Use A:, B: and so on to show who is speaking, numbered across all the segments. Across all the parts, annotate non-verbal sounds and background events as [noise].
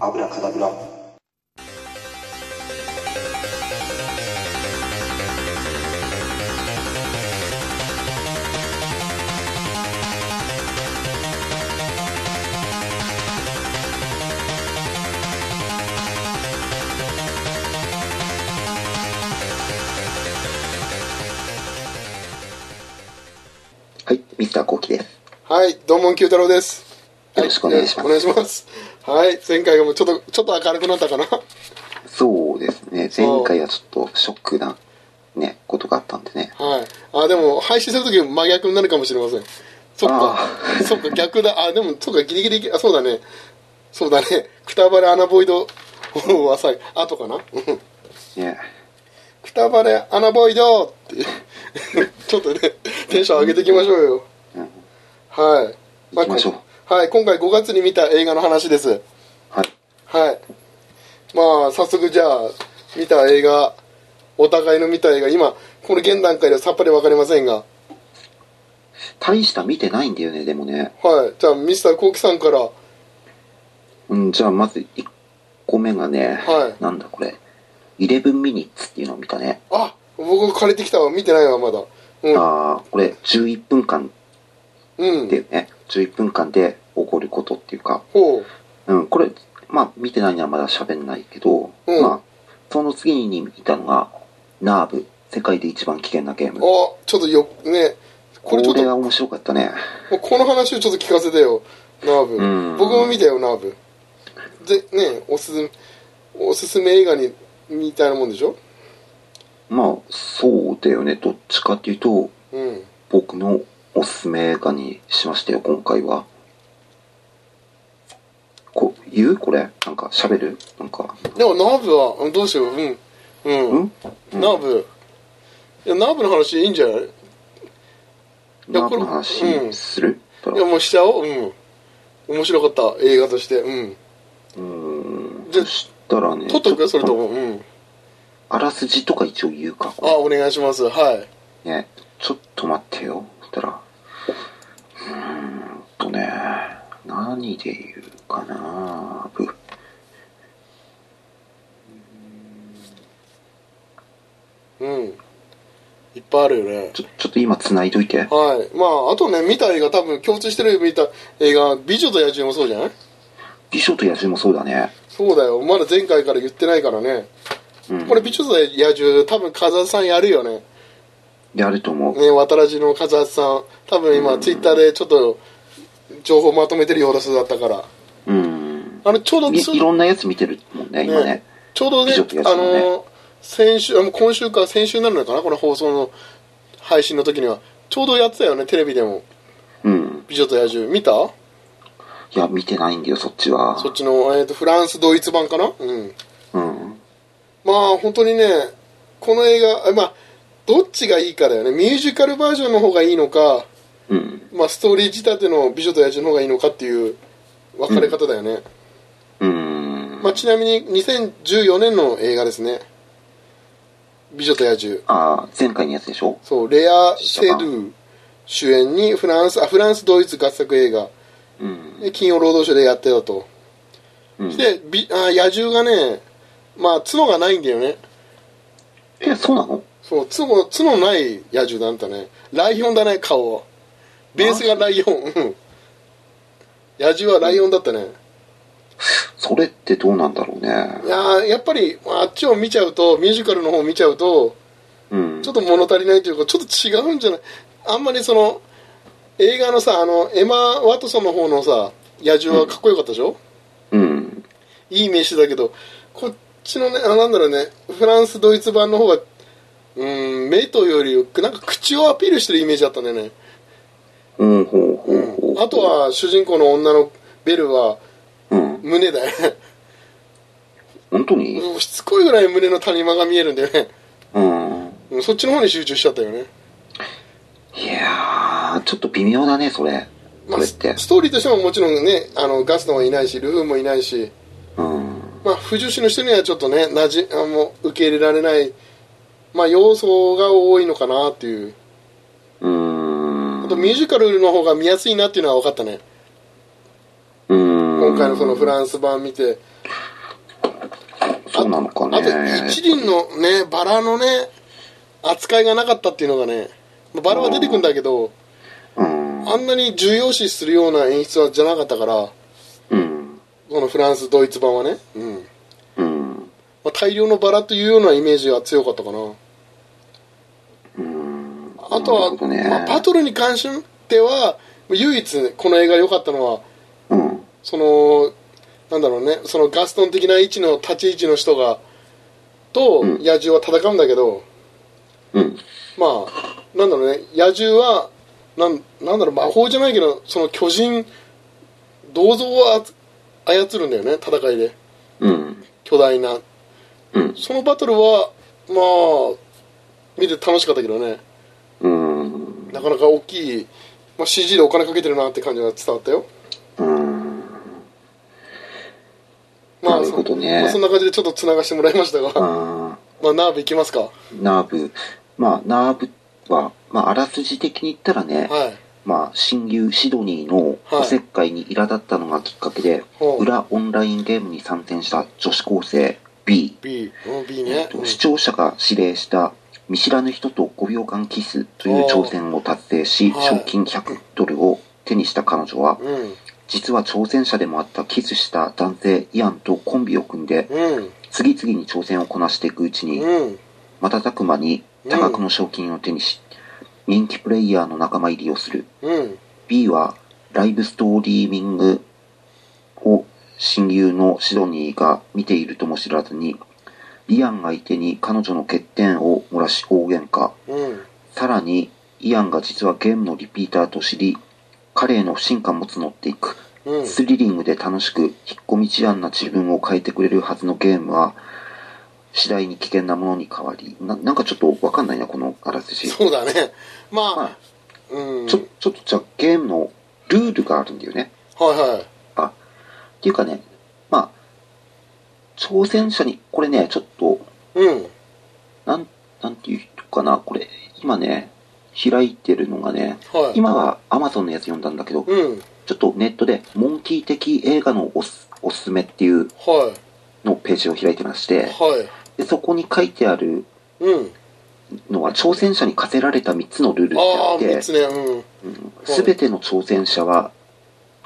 A: アブラカダブラ
B: はい、ミスターコウキです。
C: はい、どうもん、九太郎です。
B: よろしくお願いします
C: はよろくお願いします。はい、前回がもうちょっと、ちょっと明るくなったかな。
B: そうですね、
C: そう
B: 前回はちょっとショックな、ね、ことがあったんでね。
C: はい。あ、でも、配信するとき真逆になるかもしれません。そっか
B: あ、
C: そっか、逆だ。あ、でも、そっか、ギリギリ、あ、そうだね。そうだね。くたばれアナボイドはさ、後かな。 [laughs] うん
B: ね、
C: くたばれアナボイドって、ちょっとね、テンション上げていきましょうよ。
B: うん、
C: はい。
B: 行きましょう
C: あこはい、今回5月に見た映画の話です。
B: はい、
C: はい。まあ、早速じゃあ、見た映画、お互いの見た映画、今、この現段階ではさっぱりわかりませんが、
B: 大した見てないんだよね、でもね。
C: はい。じゃあ、ミスターコウキさんから、
B: うん、じゃあまず1個目がね、
C: はい
B: なんだこれ、11ミニッツっていうのを見たね。
C: あ僕借りてきたわ、見てないわ、まだ。うん。
B: ああ、これ11分間
C: う
B: ってい
C: ん。
B: うね、11分間で起こることっていうか、
C: ほう。
B: うん、これ、まあ見てないのはまだ喋んないけど、
C: うん
B: まあ、その次に見たのが、ナーブ、世界で一番危険なゲーム。
C: あ、ちょっとよ、ね、こ
B: こ
C: れ
B: れ
C: ちょっと、
B: は面白かったね。
C: もうこの話をちょっと聞かせてよナーブ、
B: うん
C: 僕も見たよナーブでねおすすめおすすめ映画にみたいなもんでしょ
B: まあ、そうだよね。どっちかっていうと、
C: うん
B: 僕のおすすめ映画にしましたよ、今回は。こう、言うこれ。なんか、喋るなんか。
C: でもナーブはうんどうしよううんうん、
B: うん
C: ナーブいやナーブの話いいんじゃないいや
B: ナー
C: こ
B: ブ
C: れ
B: の
C: うん
B: 話する、う
C: やもうしちゃおううん面白かった映画としてうん
B: うん。
C: じゃ
B: そしたらね、
C: 撮っとくよそれと
B: ちょっ
C: もうん
B: あらすじとか一応言うか。
C: あお願いしますはい
B: ね、ちょっと待ってよ。そしたら、うーんとね、何で言うかなぶ。
C: うんいっぱいあるよね
B: ちょ、ちょっと今繋いどいて。
C: はいまああとね見た映画多分共通してる見た映画「美女と野獣」もそうじゃない
B: 美女と野獣もそうだね。
C: そうだよまだ前回から言ってないからね、
B: うん。
C: これ美女と野獣多分風さんやるよね
B: やると思う。
C: ね渡らじの風さん多分今ツイッターでちょっと情報まとめてるような人だったから
B: うん。
C: あのちょうど
B: い
C: つ
B: いろんなやつ見てるもんね、今ね。
C: ちょうどね
B: 美女と野
C: あ
B: 獣ね
C: の先週あの今週か先週になるのかなこの放送の配信の時にはちょうどやってたよねテレビでも
B: うん。
C: 美女と野獣見た
B: いや、見てないんだよ、そっちは。
C: そっちの、えー、とフランスドイツ版かなうん
B: うん。
C: まあ本当にねこの映画あまあどっちがいいかだよねミュージカルバージョンの方がいいのか、
B: うん。
C: まあ、ストーリー仕立ての「美女と野獣」の方がいいのかっていう分かれ方だよね、
B: うん。
C: まあ、ちなみに2014年の映画ですね「美女と野獣
B: ああ、前回のやつでしょ」
C: そうレア・セドゥ主演にフランスあフランスドイツ合作映画
B: うん。
C: で金曜労働省でやってたと
B: うん。
C: でびあ野獣がねまあ角がないんだよね
B: え、そうなの
C: そう角角ない野獣なんだねライオンだね顔はベースがライオンうん野獣はライオンだったね
B: それってどうなんだろうね
C: い。やーやっぱりあっちを見ちゃうとミュージカルの方を見ちゃうと
B: うん。
C: ちょっと物足りないというかちょっと違うんじゃないあんまりその映画のさあのエマ・ワトソンの方のさ野獣はかっこよかったでしょ、
B: うん。
C: いい名刺だけどこっちのねあなんだろうねフランスドイツ版の方がうん目とよりなんか口をアピールしてるイメージだったんだよね
B: うん、ほうほうほう。
C: あと、は主人公の女のベルは
B: うん。
C: 胸だよね
B: 本当に
C: うんしつこいぐらい胸の谷間が見えるんだよね
B: うん。
C: うんそっちの方に集中しちゃったよね、
B: いやー、ちょっと微妙だね、それ。こ
C: まあ、
B: れっ
C: ス
B: て。
C: ストーリーとしてももちろんねあのガストンはいないしルフーもいないし、
B: うん。
C: まあ、不女子の人にはちょっとねなじあもう受け入れられない、まあ、要素が多いのかなっていう
B: うーん。
C: あとミュージカルの方が見やすいなっていうのは分かったね
B: うーん。
C: 今回のそのフランス版見て
B: そうなのかね
C: あと一輪のねバラのね扱いがなかったっていうのがねまあバラは出てくんだけど
B: うん
C: あんなに重要視するような演出はじゃなかったから
B: うん
C: このフランスドイツ版はね、うん
B: うん
C: まあ、大量のバラというようなイメージが強かったかな
B: うん
C: あと
B: なる、
C: は
B: ほどね
C: まあ、バトルに関しては唯一この映画良かったのは
B: うん
C: そのなんだろうねそのガストン的な位置の立ち位置の人がと
B: うん
C: 野獣は戦うんだけど、
B: うん
C: まあなんだろうね野獣はなんなんだろう魔法じゃないけどその巨人銅像をあつ操るんだよね戦いで
B: うん
C: 巨大な
B: うん
C: そのバトルはまあ見て楽しかったけどね
B: うん
C: なかなか大きい、まあ、CG でお金かけてるなって感じが伝わったよ
B: うん
C: まあ
B: なるほど
C: そ
B: ね
C: まあそんな感じでちょっとつながしてもらいましたが、
B: あ
C: まあナーブいきますかは
B: ーナーブまあナーブは、まあ、あらすじ的に言ったらね、
C: い
B: まあ、親友シドニーの
C: はい
B: おせっかいに苛立ったのがきっかけで、
C: ほう
B: 裏オンラインゲームに参戦した女子高生 B、
C: B うん B
B: え
C: ね
B: っと視聴者が指令した見知らぬ人と5秒間キスという挑戦を達成し
C: はい
B: 賞金100ドルを手にした彼女は
C: うんうん
B: 実は挑戦者でもあったキスした男性イアンとコンビを組んで
C: うん
B: 次々に挑戦をこなしていくうちに
C: うん
B: 瞬く間に多額の賞金を手にし人気プレイヤーの仲間入りをする
C: うん
B: B はライブストーリーミングを親友のシドニーが見ているとも知らずにイアンが相手に彼女の欠点を漏らし大喧嘩
C: うん
B: さらにイアンが実はゲームのリピーターと知り彼への不信感も募っていく
C: うん
B: スリリングで楽しく引っ込み思案な自分を変えてくれるはずのゲームは次第に危険なものに変わりななんかちょっとわかんないなこのあらすじ
C: そうだねまあ、
B: まあ
C: うん
B: ちょちょっとじゃあゲームのルールがあるんだよね
C: はいはい
B: あっていうかね、まあ、挑戦者に、これね、ちょっと、
C: うん
B: なん、なんていうかな、これ、今ね、開いてるのがね、
C: はい
B: 今は Amazon のやつ読んだんだけど、
C: うん
B: ちょっとネットで、モンキー的映画のおすおすすめっていう
C: は
B: のをページを開いてまし
C: い
B: て、
C: はい
B: でそこに書いてある
C: うん
B: のは、挑戦者に課せられた3つのルールって
C: あ
B: あ
C: あ
B: っ
C: 3
B: て
C: つ、ねうん
B: すべての挑戦者は、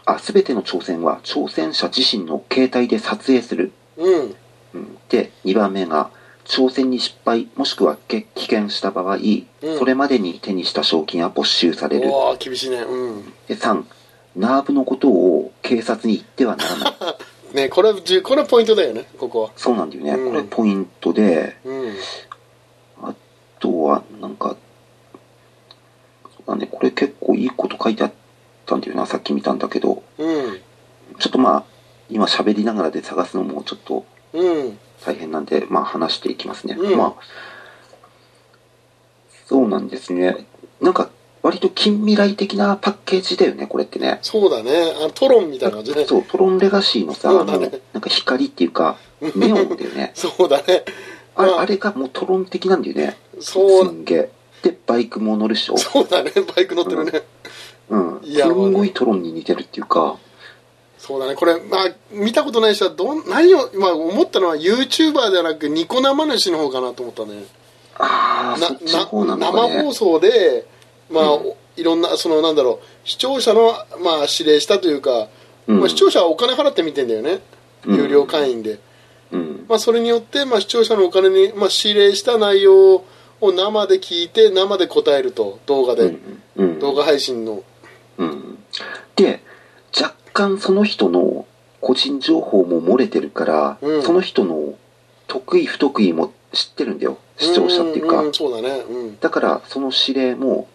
B: あ、すべての挑戦は、挑戦者自身の携帯で撮影する。
C: うん
B: うんで2番目が挑戦に失敗もしくはけ棄権した場合、
C: うん
B: それまでに手にした賞金は没収される
C: うわあ厳しいねうん
B: で3ナーブのことを警察に言ってはならない
C: [laughs] ねこれはじゅこれはポイントだよねここは
B: そうなんだよね、
C: うん
B: これポイントで
C: うん
B: あとはなんかそうだねこれ結構いいこと書いてあったんだよなさっき見たんだけど
C: うん
B: ちょっとまあ今喋りながらで探すのもちょっと
C: うん
B: 大変なんで、まあ話していきますね。
C: うん
B: まあ、そうなんですね。なんか、割と近未来的なパッケージだよね、これってね。
C: そうだねあのトロンみたいな感じ
B: [laughs]
C: ね
B: そう、トロンレガシーのさ、
C: そう
B: あ
C: だ
B: の、
C: ね。
B: なんか光っていうか、ネオンだよね
C: そうだね
B: あれ、
C: うん
B: あれがもうトロン的なんだよね。す
C: そうん
B: げえ。で、バイクも乗るでしょ。
C: そうだねバイク乗ってるね
B: うん。
C: いや
B: すんごいトロンに似てるっていうか、
C: そうだねこれまあ見たことない人はどん何をまあ思ったのは YouTuber ではなくニコ生主の方かなと思ったね
B: ああ、
C: な
B: そっちの方なの
C: な
B: か
C: 生
B: ね
C: 放。送で、まあ
B: うん
C: いろんなそのなんだろう視聴者の、まあ、指令したというか、
B: うん
C: まあ、視聴者はお金払って見てんだよね、
B: うん
C: 有料会員で、
B: うん。
C: まあ、それによって、まあ、視聴者のお金に、まあ、指令した内容を生で聞いて生で答えると動画で、
B: うんうん。
C: 動画配信の
B: うんで若干その人の個人情報も漏れてるから、
C: うん
B: その人の得意不得意も知ってるんだよ視聴者っていうか、
C: んんそうだねうん
B: だからその指令も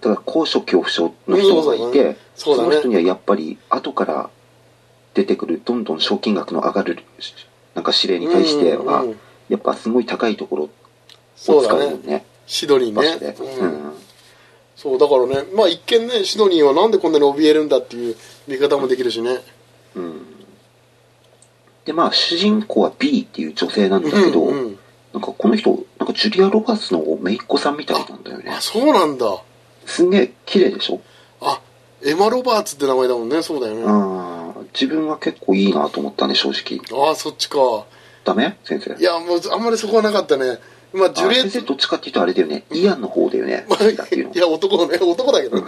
B: だから高所恐怖症の人がいて、
C: そうだ
B: その人
C: ね
B: にはやっぱり後から出てくるどんどん賞金額の上がるなんか指令に対しては、
C: うんうんうん
B: やっぱすごい高いところを使
C: そう
B: う
C: だ
B: よ
C: ね
B: ね
C: シドニー
B: 場所
C: ね
B: で、
C: うん
B: うん
C: そうだからねまあ一見ねシドニーはなんでこんなに怯えるんだっていう見方もできるしね
B: うんでまあ主人公は B っていう女性なんだけど、
C: うんうん
B: なんかこの人なんかジュリア・ロバーツの姪っ子さんみたいなんだよね
C: あそうなんだ
B: すんげえ綺麗でしょ
C: あエマ・ロバーツって名前だもんねそうだよね
B: うん自分は結構いいなと思ったね、正直。
C: ああそっちか
B: ダメ先生。
C: いやもうあんまりそこはなかったねまあジュ
B: あ
C: リエ
B: 先
C: ッ
B: 生
C: ト
B: どっちかっていうとあれだよね。イアンの方だよね。
C: ま
B: 好きだっていうの
C: あ、いや男ね男だけどね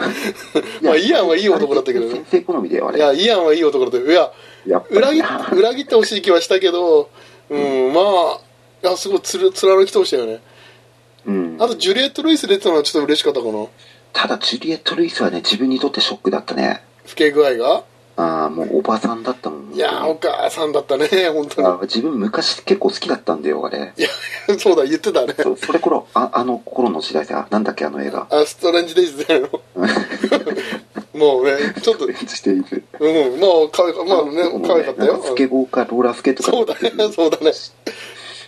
C: まあイアンはいい男だったけどね
B: 先生好みだよ、あ
C: い
B: れ。
C: やイアンはいい男だったよいや
B: やっぱり
C: 裏切っ
B: な
C: 裏切ってほしい気はしたけどうん、まあいやすごいつる貫き通したよね
B: うん。
C: あとジュリエット・ルイス出てたのはちょっと嬉しかったかな
B: ただ、ジュリエット・ルイスはね、自分にとってショックだったね。
C: 不敬具合が
B: ああ、もうおばさんだったもん。
C: いやーお母さんだったね [laughs] 本当に
B: あ自分昔結構好きだったんだよ、あれ。
C: いやそうだ言ってたね
B: そうそれ頃あ、あの頃の時代さ、なんだっけ、あの映画。
C: あストレンジ・デイズだ
B: [laughs]
C: よもうねちょっと
B: している。
C: うんまあかわいかまあね可愛かったよ
B: スケボーかローラースケートか
C: そうだねそうだね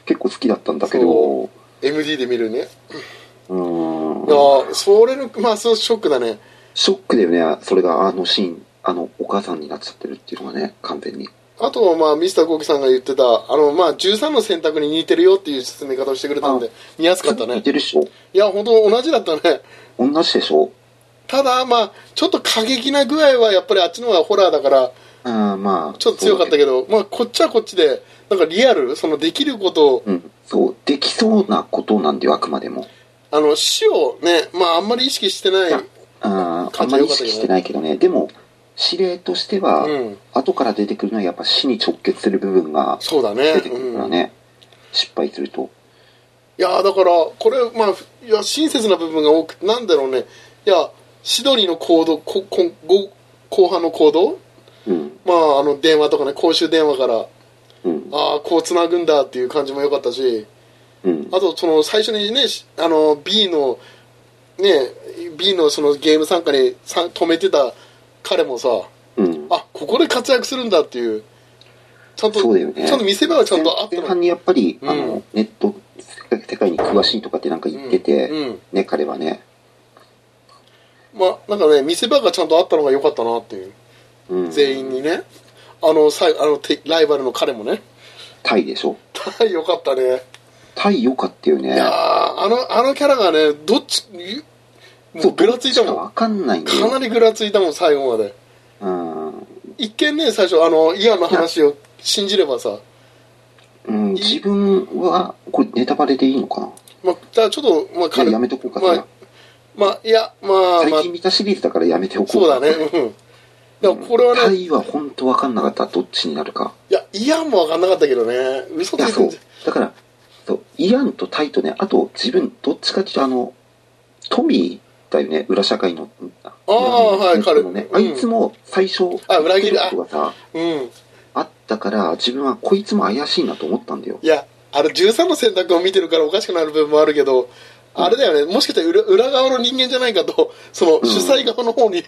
B: 結構好きだったんだけ
C: そ
B: ど、
C: MD で見るね
B: うーん
C: いや。ーそれのまあそうショックだね
B: ショックだよね、それがあのシーン、あの、お母さんになっちゃってるっていうのがね、完全に。
C: あとはまあミスターコウキさんが言ってたあのまあ13の選択に似てるよっていう説明方をしてくれたんで見やすかった
B: 似
C: ね
B: てるっしょ
C: いや本当同じだったね
B: 同じでしょ
C: ただまあちょっと過激な具合はやっぱりあっちの方がホラーだから
B: あーまあ。
C: ちょっと強かったけどまあこっちはこっちでなんかリアルそのできることを
B: うん。そう、できそうなことなんだよ、あくまでも。
C: あの死をねまああんまり意識してない
B: いやあーあ
C: 感
B: ん
C: じ
B: ま
C: は
B: り意
C: 良かったけどね
B: 識してないけどね。でも、指令としては、
C: うん
B: 後から出てくるのはやっぱ死に直結する部分が
C: そうだね
B: 出てくるから
C: うん、い
B: ね。失敗すると。
C: やだからこれまあいや親切な部分が多くなんだろうねいやシドニーの行動ここご後半の行動
B: うん。
C: まあ、あの電話とかね公衆電話から
B: うん。
C: ああこうつなぐんだっていう感じも良かったし
B: うん。
C: あとその最初にねしあの B のね B のそのゲーム参加にさ止めてた彼もさ
B: うん。
C: あここで活躍するんだっていうちゃんと
B: そうだよね
C: ちゃんと見せ場はちゃんとあった
B: 前
C: の
B: 半にやっぱり、
C: うん
B: あの、ネット世界に詳しいとかってなんか言ってて、
C: うんうん
B: ね、彼はね。
C: まあなんかね見せ場がちゃんとあったのが良かったなっていう
B: うん。
C: 全員にねあのさいあのてライバルの彼もね [laughs]
B: タイでしょ。
C: 良かったね
B: タイ良かったよ
C: い
B: ね
C: やー。あのあのキャラがねどっちゆもうぐらついたもん
B: わかんないんだ
C: かな
B: よ。
C: りぐらついたもん最後まで
B: うん。
C: 一見ね最初あのイアンの話を信じればさ、
B: うん、自分は、これネタバレでいいのかな
C: まあ、だからちょっと、
B: い
C: まあ、
B: や
C: 軽く
B: やめとこうか
C: ま
B: な
C: あ、まあいやまあ、ま
B: 最
C: あ
B: 近、見たシリーズだからやめておこう
C: そうだねうんでもこれは
B: タ
C: ね
B: イは本当分かんなかったどっちになるか
C: いやイアンも分かんなかったけどね嘘
B: い
C: つ
B: や
C: い
B: そ
C: て
B: うん
C: じ
B: だからそうイアンとタイとねあと自分どっちかっていうとあのトミーだよね裏社会のあ
C: あーはい彼
B: ね
C: うん
B: あいつも最初
C: あ裏切る
B: ことがさ
C: ゃんうん
B: あったから自分はこいつも怪しいなと思ったんだよ
C: いやあれ13の選択を見てるからおかしくなる部分もあるけどあれだよねもしかしたら裏裏側の人間じゃないかと [laughs] その
B: うん
C: 主催側の方に、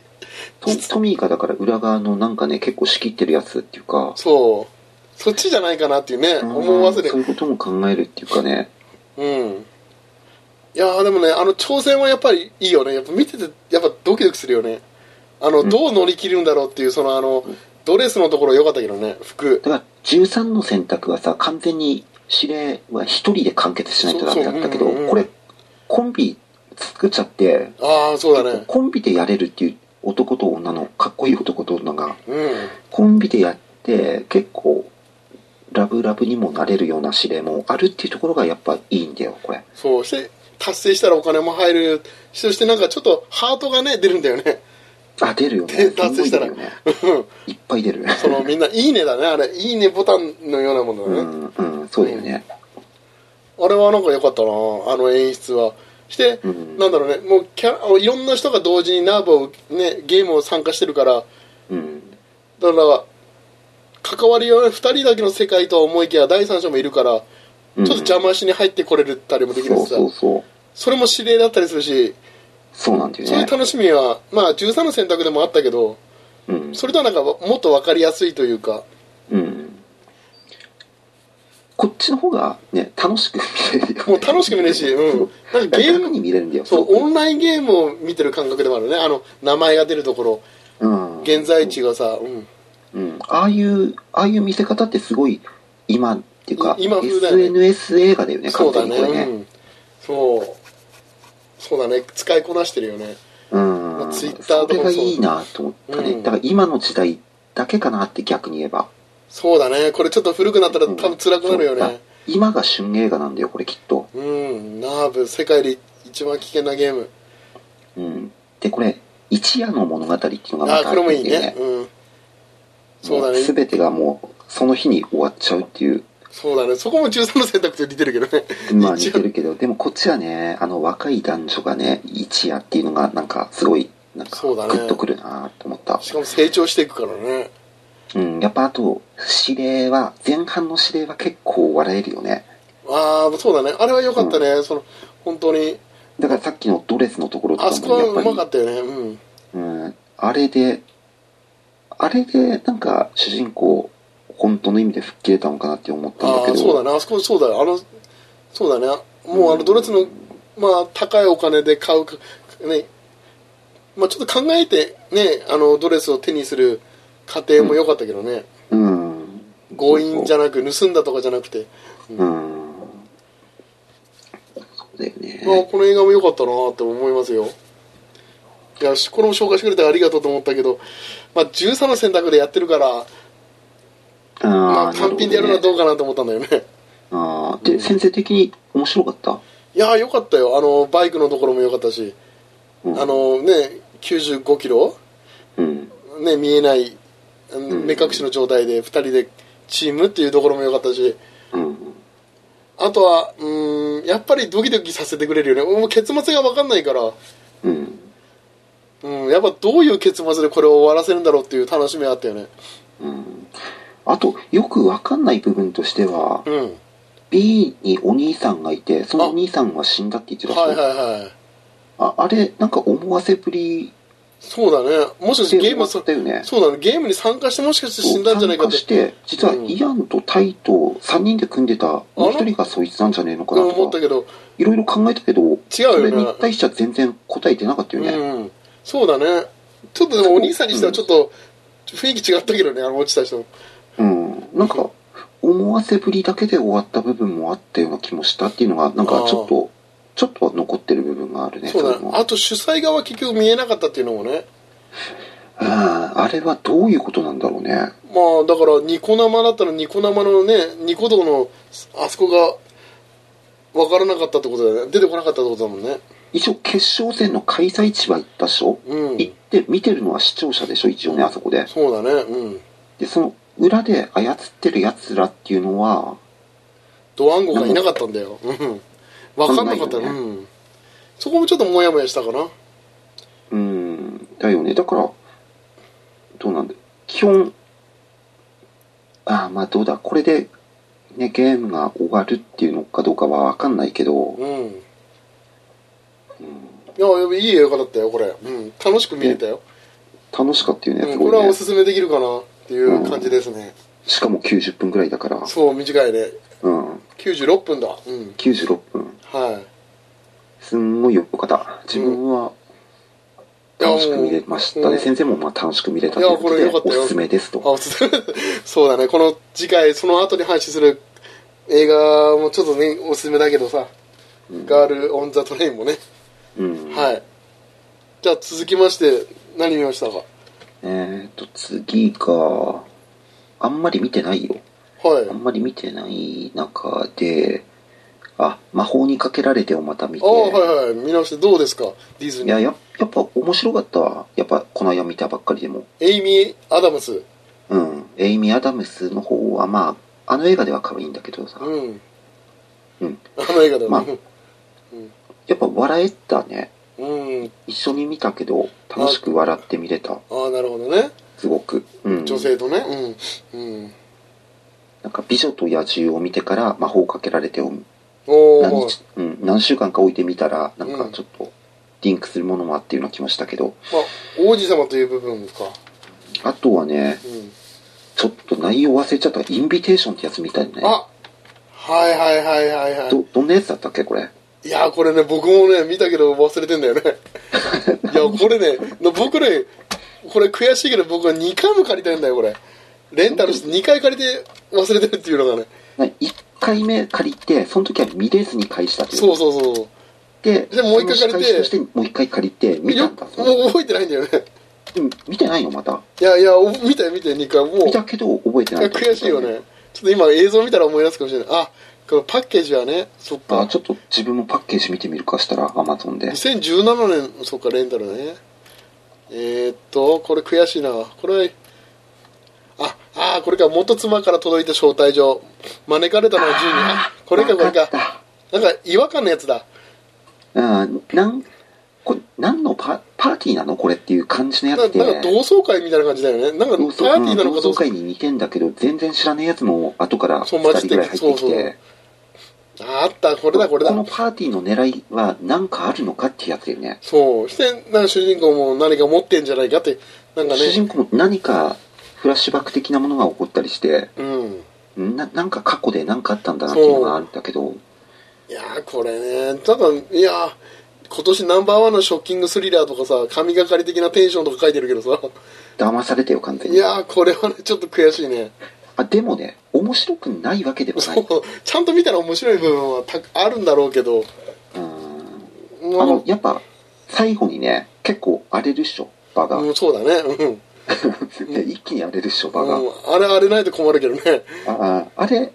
B: トトミーがだから裏側のなんかね結構仕切ってるやつっていうか
C: そうそっちじゃないかなっていうね思わせる
B: そういうことも考えるっていうかね
C: うんいやーでもねあの挑戦はやっぱりいいよねやっぱ見ててやっぱドキドキするよねあの、
B: うん
C: どう乗り切るんだろうっていうそのあのドレスのところ良かったけどね服
B: だから13の選択はさ完全に指令は一人で完結しないとダメだったけど
C: そうそううんうんうん
B: これコンビ作っちゃって
C: ああそうだね
B: コンビでやれるっていう男と女のかっこいい男と女が
C: うん
B: コンビでやって結構ラブラブにもなれるような指令もあるっていうところがやっぱいいんだよこれ
C: そうして達成したらお金も入るそしてなんかちょっとハートがね出るんだよね
B: あ出るよね
C: で達成したら
B: すごい出るよね
C: うん
B: いっぱい出る
C: そのみんな「いいね」だねあれ「いいね」ボタンのようなもの
B: う
C: だね、
B: んうんそうだよね
C: あれはなんか良かったなあの演出はして、
B: うん
C: なんだろうねもうキャラあのいろんな人が同時にナーブを、ね、ゲームを参加してるから
B: うん
C: だから関わりは2人だけの世界とは思いきや第三者もいるからち
B: う
C: ょ
B: ん
C: っと邪魔しに入ってこれるったりもできる
B: そう
C: しさ、
B: そうそう
C: それも指令だったりするし
B: そうなんだよ
C: そういう
B: ね
C: 楽しみは、まあ13の選択でもあったけど
B: うん
C: それとはなんかもっと分かりやすいというか
B: うんこっちの方がね楽しく見れるよ、ね、
C: もう楽しく見れるし、うん、なんか
B: ゲ
C: ゲ
B: ー
C: ー
B: ム
C: ム
B: に見れるんだよ
C: そうオンラインゲームを見てる感覚でもあるねあの名前が出るところ
B: うん、
C: 現在地がさ、うん、
B: うん、ああいうああいう見せ方ってすごい今っていうか
C: い今風だよね
B: SNS 映画だよね
C: そう
B: 完
C: だ
B: 全に
C: ね
B: これ
C: う
B: ね
C: ん、そうそうだね使いこなしてるよね
B: うん、
C: まあ Twitter
B: それ
C: とか
B: が
C: もそう
B: いいなと思ったね、
C: うん
B: だから今の時代だけかなって逆に言えば。
C: そうだねこれちょっと古くなったら多分辛くなるよ
B: そうだ
C: ね
B: 今が旬映画なんだよ、これきっと。
C: うんナーブ世界で一番危険なゲーム
B: うん。で、これ、一夜の物語っていうのがま
C: ああ
B: た
C: これもいい
B: て
C: ねうんそうだ
B: す
C: ね
B: べてがもう、その日に終わっちゃうっていう。
C: そうだねそこも13の選択と似てるけどね
B: [laughs] まあ似
C: 一夜
B: てるけど、でもこっちはね、あの若い男女がね、一夜っていうのがなんかすごい、なんか
C: そう
B: グ
C: だね
B: ッとくるなと思った。
C: しかも成長していくからね
B: うん、やっぱあと、指令は、前半の指令は結構笑えるよね。
C: ああそうだねあれは良かったね、その本当に
B: だからさっきのドレスのところと
C: あ
B: か
C: そこは
B: も、やっ
C: う
B: ぱ
C: まか
B: り、
C: ったよねうん
B: うん、あれで、あれでなんか主人公、本当の意味で吹っ切れたのかなって思ったんだ
C: あ
B: け
C: あ
B: ど、
C: そうだねあそこそうだよあのそうだねもうあのドレスの、まあ高いお金で買うかねまあちょっと考えてねあのドレスを手にする過程も良かったけどね、
B: うん。
C: 強引じゃなく盗んだとかじゃなくて、
B: うん。そうだよね。
C: まあこの映画も良かったなと思いますよいやしこれも紹介してくれてありがとうと思ったけど、まあ、13の選択でやってるから、
B: あー
C: ま
B: な
C: あ、
B: るほ
C: 単
B: ど
C: 品でやるのは
B: ね
C: どうかなと思ったんだよね
B: あーで、先生的に面白かった
C: いやーよかったよあのバイクのところも良かったし、
B: うん
C: あのね95キロ
B: うん。
C: ね、見えない、あの
B: うん
C: 目隠しの状態で2人でチームっていうところも良かったし
B: うん。
C: あとはうーんやっぱりドキドキさせてくれるよねもう結末が分かんないから、
B: うん。
C: うん、やっぱどういう結末でこれを終わらせるんだろうっていう楽しみがあったよね
B: うん。あと、よくわかんない部分としては、
C: うん
B: B にお兄さんがいて、そのお兄さんは死んだって言ってたでしょ
C: はいはいはい
B: ああれ、なんか思わせぶり
C: そうだねもしかして
B: で終
C: ゲーム
B: わ
C: は
B: っ
C: そ
B: たよね。
C: そうだねゲームに参加してもしかして死んだんじゃないかっ
B: 参加
C: て
B: して、実は
C: うん
B: イアンとタイと3人で組んでた、もう1人がそいつなんじゃねえのかな
C: 思
B: と
C: った
B: か、
C: けど、
B: いろいろ考えたけど、
C: 違うよね
B: それに対しては全然答えてなかったよね。
C: うんそうだねちょっとでもお兄さんにしてはちょっと雰囲気違ったけどねあの落ちた人も
B: うん、なんか思わせぶりだけで終わった部分もあったような気もしたっていうのがなんかちょっとちょっと残ってる部分があるね
C: そうだね
B: の
C: あと主催側結局見えなかったっていうのもね
B: うんあれはどういうことなんだろうね
C: まあだからニコ生だったらニコ生のねニコ動のあそこが分からなかったってことだよね出てこなかったってことだもんね
B: 一応決勝戦の開催地は行ったでしょ、
C: うん
B: 行って見てるのは視聴者でしょ一応ねあそこで
C: そうだねうん
B: でその裏で操ってる奴らっていうのは
C: ドワンゴがいなかったんだようん分かんなかったね
B: わかんないよね
C: うんそこもちょっとモヤモヤしたかな
B: うんだよねだからどうなんだ基本ああまあどうだこれでねゲームが終わるっていうのかどうかは分かんないけど、
C: うんいやいい映画だったよこれ、うん、楽しく見れたよ、
B: 楽しかったよね、
C: う
B: す
C: ん、こ
B: ご
C: れ
B: い
C: は
B: ね
C: おすすめできるかなっていう感じですね、
B: しかも90分ぐらいだから
C: そう短いね
B: うん
C: 96分だうん
B: 96分
C: はい
B: すんごいよかった自分は楽しく見れました
C: う
B: ね
C: ん
B: 先生もまあ楽しく見れたということ
C: い
B: で
C: やこれよか
B: お
C: ったよ
B: すすめです
C: あ
B: と
C: おすすめ [laughs] そうだねこの次回その後に配信する映画もちょっとねおすすめだけどさ「ガール・オン・ザ・トレイン」もね、
B: うん
C: はいじゃあ続きまして何見ましたか
B: えーと次があんまり見てないよ
C: はい
B: あんまり見てない中であ魔法にかけられてをまた見て
C: ああはいはい見直してどうですかディズ
B: い
C: ニ
B: や
C: ー
B: ややっぱ面白かったわやっぱこの間見たばっかりでも
C: エイミー・アダムス
B: うんエイミー・アダムスの方はまああの映画では可愛いんだけどさ
C: うん
B: うん
C: あの映画だね、
B: まあやっぱ笑えたね
C: うん
B: 一緒に見たけど楽しく笑って見れた
C: ああなるほどね
B: すごく、うん、
C: 女性とねうん、うん、
B: なんか「美女と野獣」を見てから魔法かけられてを
C: お
B: 何
C: お
B: 日、うん、何週間か置いてみたらなん
C: う
B: か
C: ん
B: ちょっとリンクするものもあっていうような気もしたけど
C: まあ王子様という部分か
B: あとはね
C: うん
B: ちょっと内容忘れちゃったインビテーションってやつみたいね
C: あはいはいはいはいはい
B: どどんなやつだったっけこれ
C: いやーこれね僕もね見たけど忘れて
B: [laughs]
C: んだよねいやこれね僕ねこれ悔しいけど僕は2回も借りたいんだよこれレンタルして2回借りて忘れてるっていうのがね
B: な1回目借りてその時は見れずに返したってい
C: そうそうそう
B: で
C: でもう一回借り
B: その仕
C: て
B: 返しとしてもう一回借りて見た
C: よ
B: ん
C: く
B: だ
C: もう覚えてないんだよね
B: でも見てないのまた
C: いやいやお見たよ見たよ2回もう
B: 見たけど覚えてないってことだ
C: 悔しいよねちょっと今映像見たら思い出すかもしれないあこのパッケージはねそっ
B: あ
C: か
B: ちょっと自分もパッケージ見てみるかしたらアマゾンで
C: 2017年そっかレンタルねえー、っとこれ悔しいなこれああーこれか元妻から届いた招待状招かれたのは10人あこれかこれ
B: わ
C: か
B: か
C: なんか違和感のやつだ
B: ったうんなんこれ何のパパーティーなのこれっていう感じのや
C: なな
B: つ
C: ん
B: で
C: か同窓会みたいな感じだよねなんかパ
B: 同
C: ーテ
B: 窓う
C: ィー
B: ん
C: なの
B: 同
C: かど
B: 窓
C: うか
B: 会に似てんだけど全然知らねえやつも後から
C: そう
B: 2
C: マ
B: 人
C: ジ
B: ぐ
C: で
B: らい入ってき
C: そう
B: て
C: そああったこれだこれだ
B: このパーティーの狙いは何かあるのかってやつだよね
C: そうしてなんか主人公も何か持ってんじゃないかってなんか
B: 主
C: ね
B: 人公も何かフラッシュバック的なものが起こったりして
C: うん
B: ななんか過去で何かあったんだなっていうのがあるんだけど
C: いやーこれねただいやー今年ナンバーワンのショッキングスリラーとかさ神がかり的なテンションとか書いてるけどさ
B: 騙されてよ完全
C: い
B: に
C: やーこれはねちょっと悔しいね
B: あでもね面白くないわけではな
C: そう
B: い
C: ちゃんと見たら面白い部分はたあるんだろうけど
B: うん
C: もう
B: あのやっぱ最後にね結構荒れるっしょ場が、
C: うんそうだねうん
B: [laughs] で一気に荒れるっしょ場が、
C: うんあれあれないと困るけどね
B: ああれ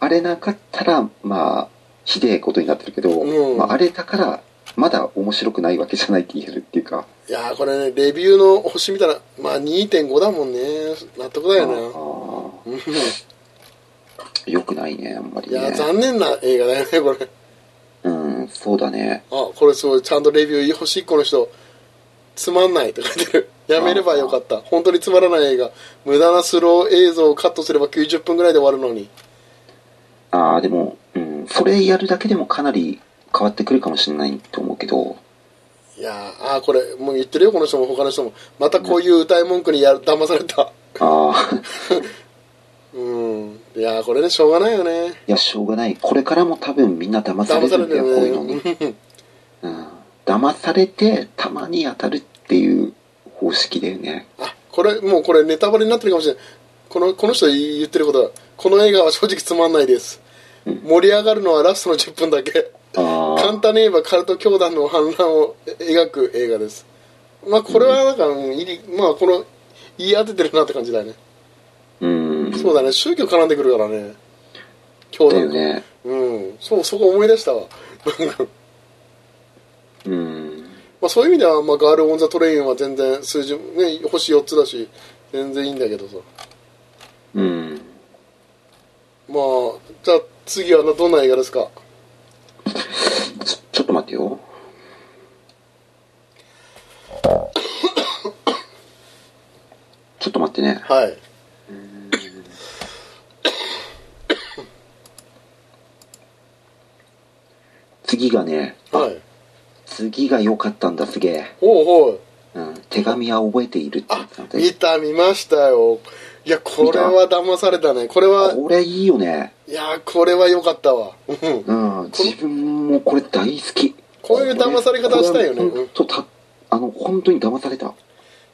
B: 荒れなかったらまあひでえことになってるけど、
C: うん
B: まあ、荒れたからまだ面白くないわけじゃないって言えるっていうか
C: いやーこれねレビューの星見たらまあ2.5だもんね納得だよね
B: あ
C: うん
B: あよくないねあんまり
C: いやー
B: ね
C: 残念な映画だよねこれ
B: うんそうだね
C: あこれすごいちゃんとレビュー星1個の人つまんないって書い
B: [laughs]
C: てるやめればよかった本当につまらない映画無駄なスロー映像をカットすれば90分ぐらいで終わるのに
B: ああでも、うん、それやるだけでもかなり変わってくるかもしれないと思うけど
C: いやーあーこれもう言ってるよこの人も他の人もまたこういう歌い文句にやる騙された
B: あ
C: [laughs]
B: あ
C: うんいやーこれねしょうがないよね
B: いやしょうがないこれからも多分みんな騙され
C: 騙さ
B: る
C: れ
B: んだよこういうのに、
C: るよね
B: うん、騙されてたまに当たるっていう方式だよね
C: あこれもうこれネタバレになってるかもしれないこのこの人言ってることはこの映画は正直つまんないです
B: うん
C: 盛り上がるのはラストの10分だけ
B: ああ
C: 簡単に言えばカルト教団の反乱を描く映画ですまあこれはなんか、うんいりまあこの言い当ててるなって感じだよね、
B: うん
C: そうだね宗教絡んでくるからね教
B: だ
C: 団
B: よね
C: うんそうそこ思い出したわ
B: うん
C: まあそういう意味では、まあ、ガール・オン・ザ・トレインは全然数字、ね、星4つだし全然いいんだけどさ
B: うん
C: まあじゃあ次はなどんな映画ですか
B: ちょちょっと待ってよちょっと待ってね
C: はい
B: 次がね
C: はい
B: 次が良かったんだすげえ、
C: ほうほう
B: うん、手紙は覚えているって言
C: あ
B: ってたんで
C: 見た見ましたよいやこれは騙されたねこれは
B: これいいよね
C: いやーこれは良かったわうん
B: うん自分もこれ大好き
C: こういう騙され方したいよ
B: こ
C: ね
B: れは本当たあの本当に騙された
C: い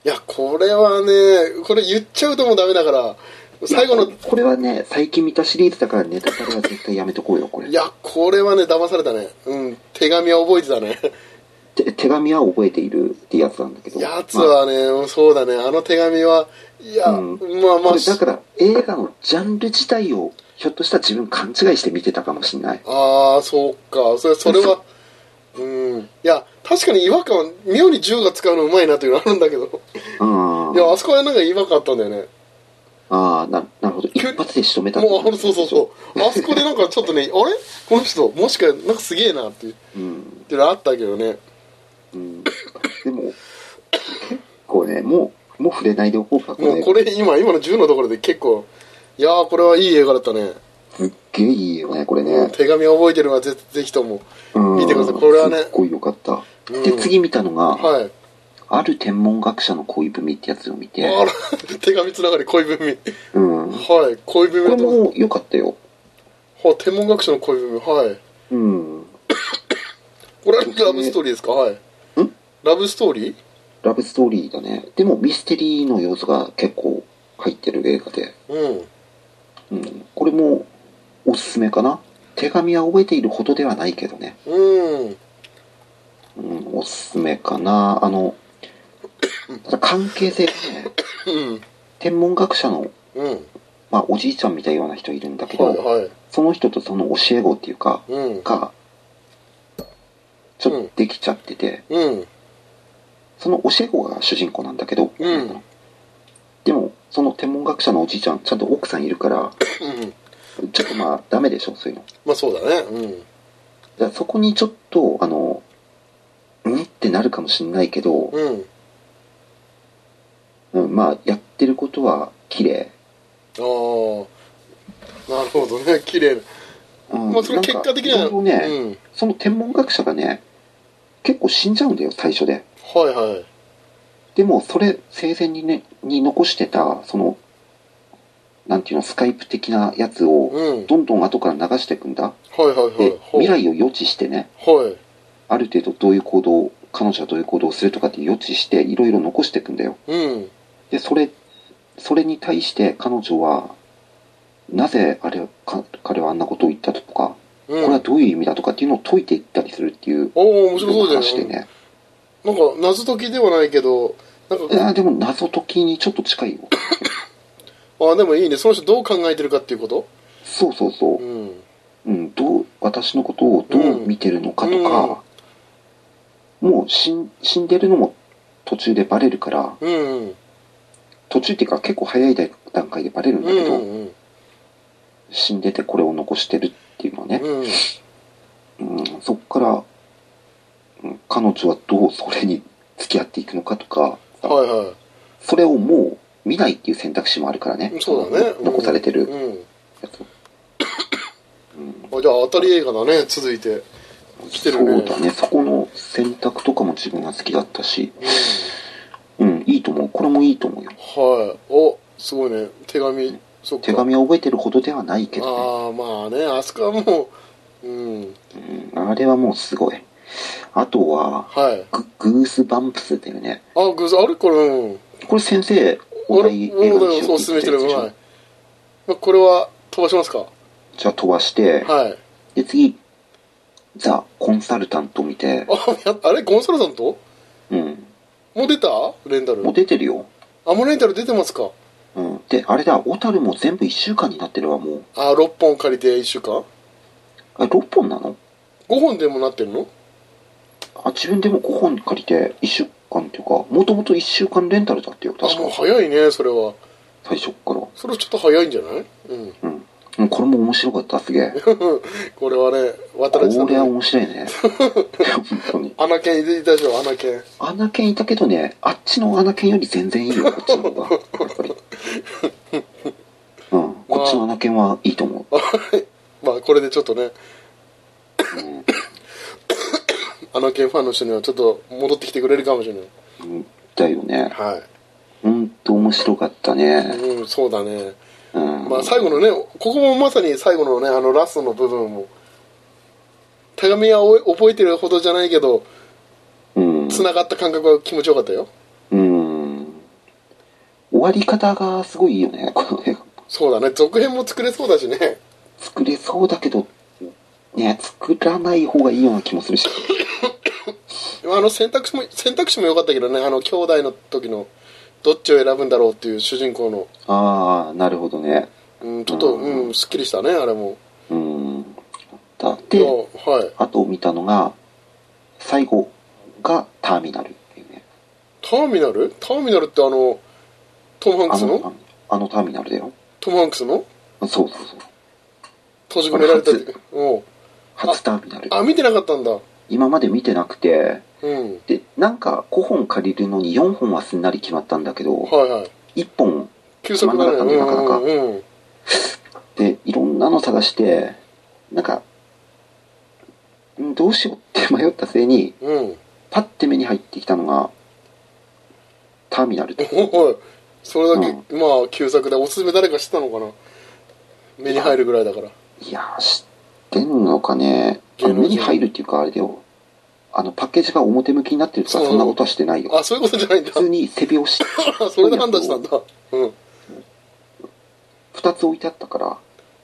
C: やこれはねこれ言っちゃうともうダメだから最後の
B: いやこれはね最近見たシリーズだからネタバレは絶対やめとこうよこれ
C: いやこれはね騙されたねうん手紙は覚えてたね
B: て手紙は覚えているってやつなんだけど
C: やつはね、うんそうだねあの手紙はいや、
B: うん
C: ま
B: ま
C: あ
B: あ
C: まあ
B: これだから映画のジャンル自体をひょっとしたら自分勘違いして見てたかもしれない
C: ああそうかそれそれはうんいや確かに違和感妙に銃が使うのうまいなというのあるんだけど
B: うん
C: いやあそこはなんか違和感あったんだよね
B: ああななるほど一発で仕留めたって
C: もう
B: こと
C: あのそうそうそうあそこでなんかちょっとねあれこの人もしかなんかすげえなっていう
B: うん、
C: ってのあったけどね
B: うん、でも結構ねもうもう触れないでおこうかこ
C: もう
B: れ
C: これ今今の10のところで結構いやーこれはいい映画だったね
B: すっげえいいよねこれね、
C: 手紙を覚えてるのはぜぜひとも
B: うん、
C: 見てくださいこれはね
B: すっごいよかった、
C: うん
B: で次見たのが、
C: はい
B: ある天文学者の恋文ってやつを見て、
C: あら手紙つながり恋文
B: うん、こ
C: はい恋
B: れ
C: 文と
B: も良かったよ、
C: は天文学者の恋文はい
B: うん、
C: これはラブストーリーですかはい
B: ん
C: ラブストーリー
B: ラブストーリーだねでもミステリーの要素が結構入ってる映画で、
C: う
B: う
C: ん
B: ん、これもおすすめかな手紙は覚えているほどではないけどね、
C: うん
B: うん、おすすめかなあのただ関係性がね、
C: うん
B: 天文学者の、
C: うん
B: まあ、おじいちゃんみたいような人いるんだけど、
C: はいはい
B: その人とその教え子っていうか、
C: うん
B: が、ちょっとできちゃってて、
C: うん
B: その教え子が主人公なんだけど、
C: うん
B: でも、その天文学者のおじいちゃん、ちゃんと奥さんいるから、
C: うん
B: ちょっとまあ、ダメでしょ、そういうの。
C: まあそうだねうん
B: だからそこにちょっと、あの、んってなるかもしれないけど、
C: うん
B: うん、まあ、やってることは綺麗。
C: ああなるほどね綺麗な
B: うん
C: まあそれ結果的に
B: な
C: は
B: んかいろいろね、
C: うん
B: その天文学者がね、結構死んじゃうんだよ、最初で。
C: はいはい
B: でも、それ、生前にね、に残してた、その、なんていうの、スカイプ的なやつを、
C: うん
B: どんどん後から流していくんだ。
C: はいはいはい
B: で、
C: はい
B: 未来を予知してね、
C: はい
B: ある程度どういう行動を、彼女はどういう行動をするとかって予知して、いろいろ残していくんだよ。
C: うん
B: で、それ、それに対して彼女は、なぜあれ、か彼はあんなことを言ったとか、
C: う
B: これは
C: ん
B: どういう意味だとかっていうのを解いていったりするっていう
C: おお面白そうじゃ
B: 話で
C: ん
B: ね。
C: なんか謎解きではないけどなん
B: い
C: か
B: やーでも謎解きにちょっと近いよ。
C: ああでもいいねその人どう考えてるかっていうこと
B: そうそうそうう。
C: ん
B: うん、どう、私のことをどう見てるのかとか、もう死ん死んでるのも途中でバレるから、
C: うん
B: 途中っていうか結構早い段階でバレるんだ
C: うん
B: けど、
C: うん
B: 死んでてこれを残してるっていうのはね、
C: うん
B: うん、そっから、うん彼女はどうそれに付き合っていくのかとか、
C: はいは
B: それをもう見ないっていう選択肢もあるからね
C: い。そうだね
B: の残されてる
C: うん
B: やつ。
C: あじゃあ当たり映画だね続いて来てるね
B: そうだね。そこの選択とかも自分が好きだったし、
C: うん
B: うん、いいと思う。これもいいと思うよ。
C: はいおすごいね手紙そっか
B: 手紙は覚えてるほどではないけどね。
C: ああまあねあそこはもうう
B: う
C: ん
B: んあれはもうすごい。あとは、
C: はい
B: ググースバンプスっていうね。
C: あ偶然あれこれうん
B: これ先生、お
C: 俺
B: 題映
C: 俺
B: 画
C: も
B: にしよ
C: お
B: う
C: すす
B: 言
C: め
B: っ
C: してて
B: る
C: る
B: でしょ
C: はい、まあ、これは飛ばしますか
B: じゃあ飛ばして、
C: はい
B: で、次、ザ・コンサルタント見て、
C: あやあれゴンサルさんと
B: うん。
C: もう出たレンタル
B: もう出てるよ。
C: あもうレンタル出てますか
B: うん。で、あれだ、小樽も全部1週間になってるわ、もう。
C: あ6本借りて1週間
B: あ、6本なの
C: 5本でもなってるの
B: あ、自分でも5本借りて、1週間っていうか、もともと1週間レンタルだったよ、確
C: あ
B: か
C: もう。早いねそれは
B: 最初っから。
C: それはちょっと早いんじゃないうん
B: うん。うん、これも面白かった、 [laughs] すげえ。
C: これはね渡
B: こ
C: 辺さん
B: れは
C: の
B: 面白い [laughs] ね。本当に。
C: 穴犬いたでしょ穴犬
B: アナケンいたけどね、あっちのアナケンより全然いいよ、こっちの方が。やっ [laughs] ぱり。うん、こっちのアナケンはいいと思う。
C: [laughs] まあこれでちょっと [coughs] ね穴犬ファンの人にはちょっと戻ってきてくれるかもしれない
B: うんだよね。
C: は
B: ほんと面白かった
C: い、
B: ね。
C: うん、そうだね
B: うん。
C: まあ最後のねここもまさに最後のねあのラストの部分も手紙は覚え覚えてるほどじゃないけど
B: うん。
C: つながった感覚は気持ちよかったよ
B: うん。終わり方がすごいいいよね、この映画。
C: そうだね続編も作れそうだしね
B: 作れそうだけど、ね、作らない方がいいような気もするし。
C: あの選択肢も選択肢も良かったけどねあの兄弟の時のどっちを選ぶんだろうっていう主人公の、
B: ああ、なるほどね。
C: うん、ちょっと
B: う
C: うん、すっきりしたねあれも
B: うん。だっ
C: いや
B: て、
C: はい
B: あと見たのが、最後がターミナルっていうね。
C: ターミナルターミナルってあのトム・ハンク
B: あ
C: ス
B: の、あ
C: の
B: のあのターミナルだよ。
C: トム・ハンクスの
B: そうそうそう。
C: 閉じ込められた
B: あれ初
C: おう
B: 初ターミナル。
C: あ見てなかったんだ
B: 今まで見てなくて、
C: うん
B: で、なんか5本借りるのに4本はすんなり決まったんだけど、
C: はいはい
B: 1本
C: 休息だね
B: つま
C: うん
B: なかったねなかなか
C: んうんうん
B: でいろんなの探して、なんか、んどうしようって迷ったせいに、
C: うん
B: パッて目に入ってきたのが、ターミナルって。
C: [laughs] おいそれだけ、まあ旧作でおすすめ誰か知ってたのかな目に入るぐらいだから
B: いやー、知ってんのかね。あの
C: 芸能人
B: 目に入るっていうか、あれだよ。あの、パッケージが表向きになってるとか、
C: そう
B: そんなことはしてないよ。
C: あそういうことじゃないんだ
B: 普通に背拍子、
C: [laughs] それで判断したんだうん
B: 二つ置いてあったから、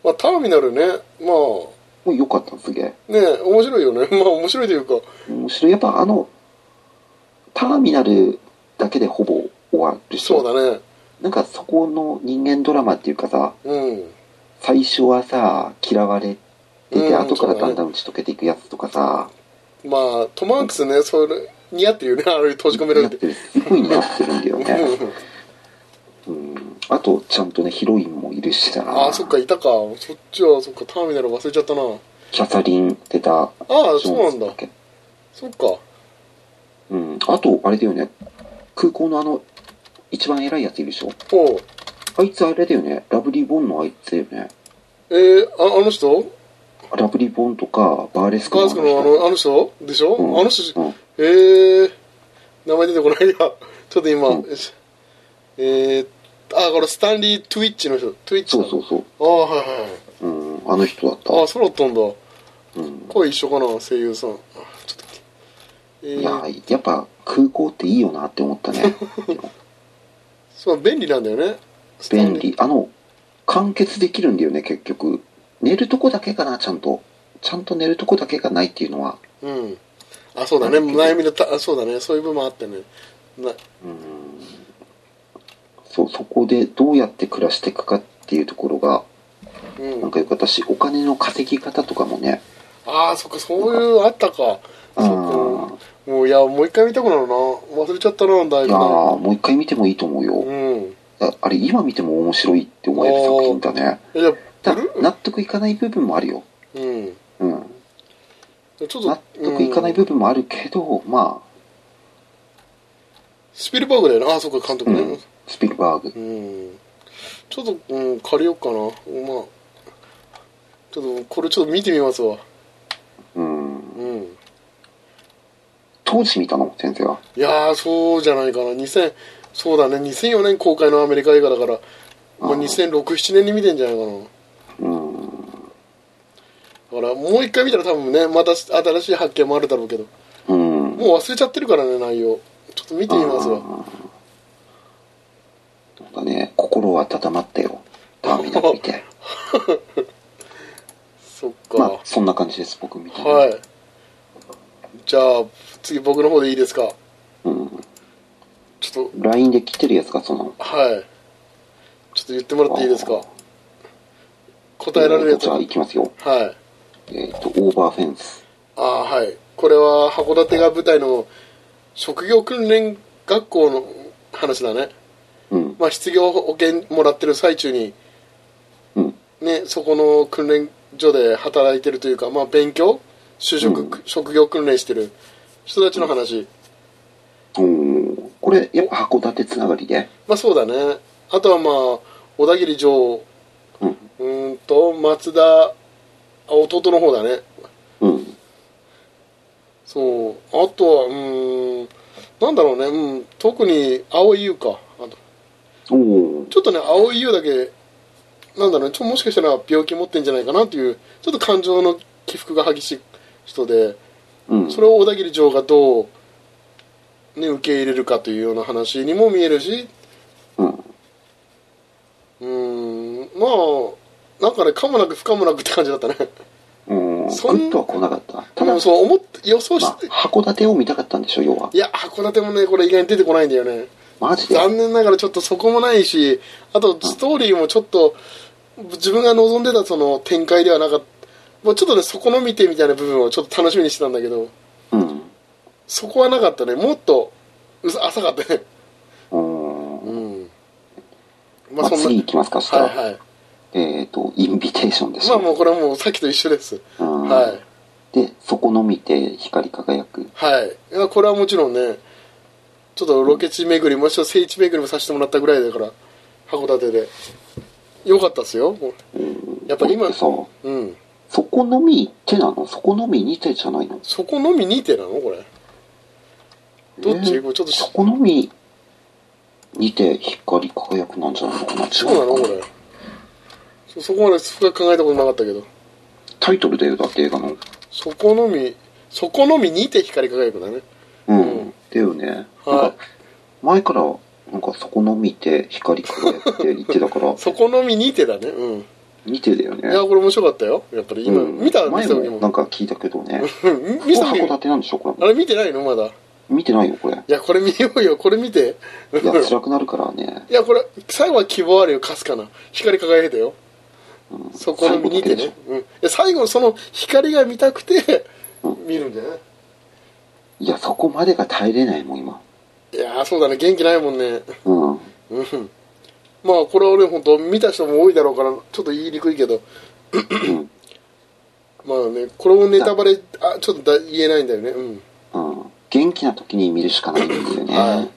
C: まあターミナルねまあ
B: もう良かったすげえ。
C: ね [laughs] 面白いよねまあ面白いというか
B: 面白い。やっぱあの、ターミナルだけでほぼ終わるし
C: そうだね
B: なんかそこの人間ドラマっていうかさ
C: うん
B: 最初はさ嫌われてて、
C: うん
B: 後から
C: そうだ
B: だ
C: ね
B: んだん打ち解けていくやつとかさ
C: まあトマークスねそれ似合ってるよねあれ閉じ込めら
B: や
C: れ
B: っててるすごいなってるんだよ
C: [laughs] う
B: ね
C: ん
B: うんあとちゃんとねヒロインもいるしさ
C: ああそっかいたかそっちはそっかターミナル忘れちゃったな
B: キャサリン出たあ
C: ああそうなんだ
B: け
C: そっか
B: うんあとあれだよね空港のあの一番偉いやついるでしょ
C: ほう
B: あいつあれだよねラブリー・ボンのあいつだよね
C: えー、ああの人
B: ラブリー・ボンとかバーレスク
C: ガースクのあのあの人でしょ、
B: うん
C: あの人
B: うん
C: えー、名前出てこないやちょっと今、
B: うん
C: えー、あこれスタンリー・トゥイッチの人トゥイッチ
B: そ
C: の
B: うそうそう
C: ああはいはいはい
B: うん、あの人だった。
C: ああそうだったんだ
B: うん、
C: 声一緒かな声優さんあちょっとえ
B: いや
C: ー、、
B: やっぱ空港っていいよなって思った
C: [laughs]
B: ね。
C: そう便利なんだよねスタ
B: 便
C: ンリー
B: 利。あの、完結できるんだよね、結局。寝るとこだけかな、ちゃんと。ちゃんと寝るとこだけがないっていうのは。
C: うんあそうだね悩みのたあそうだねそういう部分もあってねな
B: うん。そう、そこでどうやって暮らしていくかっていうところが、
C: うん
B: なんかよかったし、お金の稼ぎ方とかもね。
C: ああそっかそういうあったか
B: う
C: そ
B: ん。
C: っかもういやもう一回見たくなるな忘れちゃったなだいぶ
B: い
C: ね
B: やーもう一回見てもいいと思うよ。
C: うん
B: ああれ、今見ても面白いって思える作品だね。
C: えじゃあ
B: ただ、納得いかない部分もあるよ。
C: うん
B: うん。
C: ちょっと
B: 納得いかない部
C: うん
B: 分もあるけど、まあ
C: スピルバーグだよなあそっか監督ね
B: スピルバーグ
C: うん、ちょっと、うん、借りようかなまあちょっとこれちょっと見てみますわ
B: うん
C: うん
B: 当時見たの先生はい
C: やーそうじゃないかな2000そうだね2004年公開のアメリカ映画だから、まあ、
B: うん
C: 20062007年に見てんじゃないかな
B: うん
C: だからもう一回見たら多分ねまた新しい発見もあるだろうけど
B: うん
C: もう忘れちゃってるからね内容ちょっと見てみますわ
B: うんなんかね心は温まったよターミナル見
C: [laughs]
B: て
C: そっか、
B: まあそんな感じです僕見たの
C: はいじゃあ次僕の方でいいですか
B: うん、
C: ちょっ
B: LINE で来てるやつがその
C: とはいちょっと言ってもらっていいですか答えられるやつ
B: じゃあ
C: はい
B: きますよ
C: い
B: えっ、とオーバーフェンス
C: ああはいこれは函館が舞台の職業訓練学校の話だね、
B: うん
C: まあ、失業保険もらってる最中に
B: うん
C: ねそこの訓練所で働いてるというか、まあ、勉強就職、
B: うん
C: 職業訓練してる人たちの話、
B: おーこれやっぱ函館つながりで
C: まあそうだねあとはまあ小田切城
B: うん
C: うーんと松田あ弟の方だね
B: うん
C: そうあとはうーんなんだろうねうん特に青井優かあと
B: おお
C: ちょっとね青井優だけなんだろうねちょもしかしたら病気持ってんじゃないかなっていうちょっと感情の起伏が激しい人で
B: うん
C: それを小田切城がどう、ね、受け入れるかというような話にも見えるし
B: うん
C: うーんまあなんかねかもなく不可もなくって感じ
B: [laughs]
C: だったね
B: うん
C: そん
B: グッとは来なかったただ
C: もうそう思って予想し
B: まあ、函館を見たかったんでしょ要はい
C: や函館もねこれ意外に出てこないんだよね
B: マジで
C: 残念ながらちょっとそこもないしあとストーリーもちょっと自分が望んでたその展開ではなかったもうちょっとねそこの見てみたいな部分をちょっと楽しみにしてたんだけど
B: うん
C: そこはなかったねもっと薄浅かったね
B: うん
C: うん
B: ま
C: まあ
B: あ、
C: そんな
B: 次行きますかしたら、
C: はいはい
B: えっ、とインビテーションです
C: まあ
B: よ、
C: もうこれはもうさっきと一緒です
B: うん
C: はい
B: でそこの見て光り輝く
C: はいいやこれはもちろんねちょっとロケ地巡りもしくは聖地巡りもさせてもらったぐらいだから函館でよかったっすよもうやっぱ
B: こ
C: 今
B: れってさ
C: うん
B: そこのみってなのそこのみにてじゃないの
C: そこのみにてなのこれどっち、
B: えー
C: これちょっと
B: そ
C: し
B: このみにて光り輝くなんじゃないのかな違
C: そうなの
B: う
C: こ
B: かな
C: れそそこまで深く考えたことなかったけど
B: タイトルだよだって映画の
C: そこのみそこのみにて光り輝くだね
B: うん、
C: うん
B: だよね、
C: はい
B: なんか前からなんかそこの見て光り輝くって言ってたから
C: [laughs] そこのみにてだねうん
B: 見てだよ
C: いや
B: ね
C: これ面白かったよやっぱり今、
B: うん
C: 見た見
B: 前
C: た時
B: もな
C: も
B: んか聞いたけどね
C: うん見た
B: 函
C: 時も
B: 館なんでしょこれ
C: あれ見てないのまだ
B: 見てないよ、これ。
C: いや、これ見 [laughs] ようよ、これ見て。
B: いや、辛くなるからね。
C: いや、これ、最後は希望あるよ、かすかな。光り輝いたよ。
B: うん
C: そこを見に行って
B: 最後だ
C: ね
B: け。
C: うんいや、最後のその光が見たくて、見るんじゃない
B: いや、そこまでが耐えれないもん、今。
C: いやー、そうだね、元気ないもんね。
B: うん。
C: うん。まあ、これは俺、本当見た人も多いだろうから、ちょっと言いにくいけど。 [coughs] まあね、これもネタバレ、あ、ちょっとだ言えないんだよね。うん。
B: うん。元気な時に見るしかないんですよ
C: は
B: ね。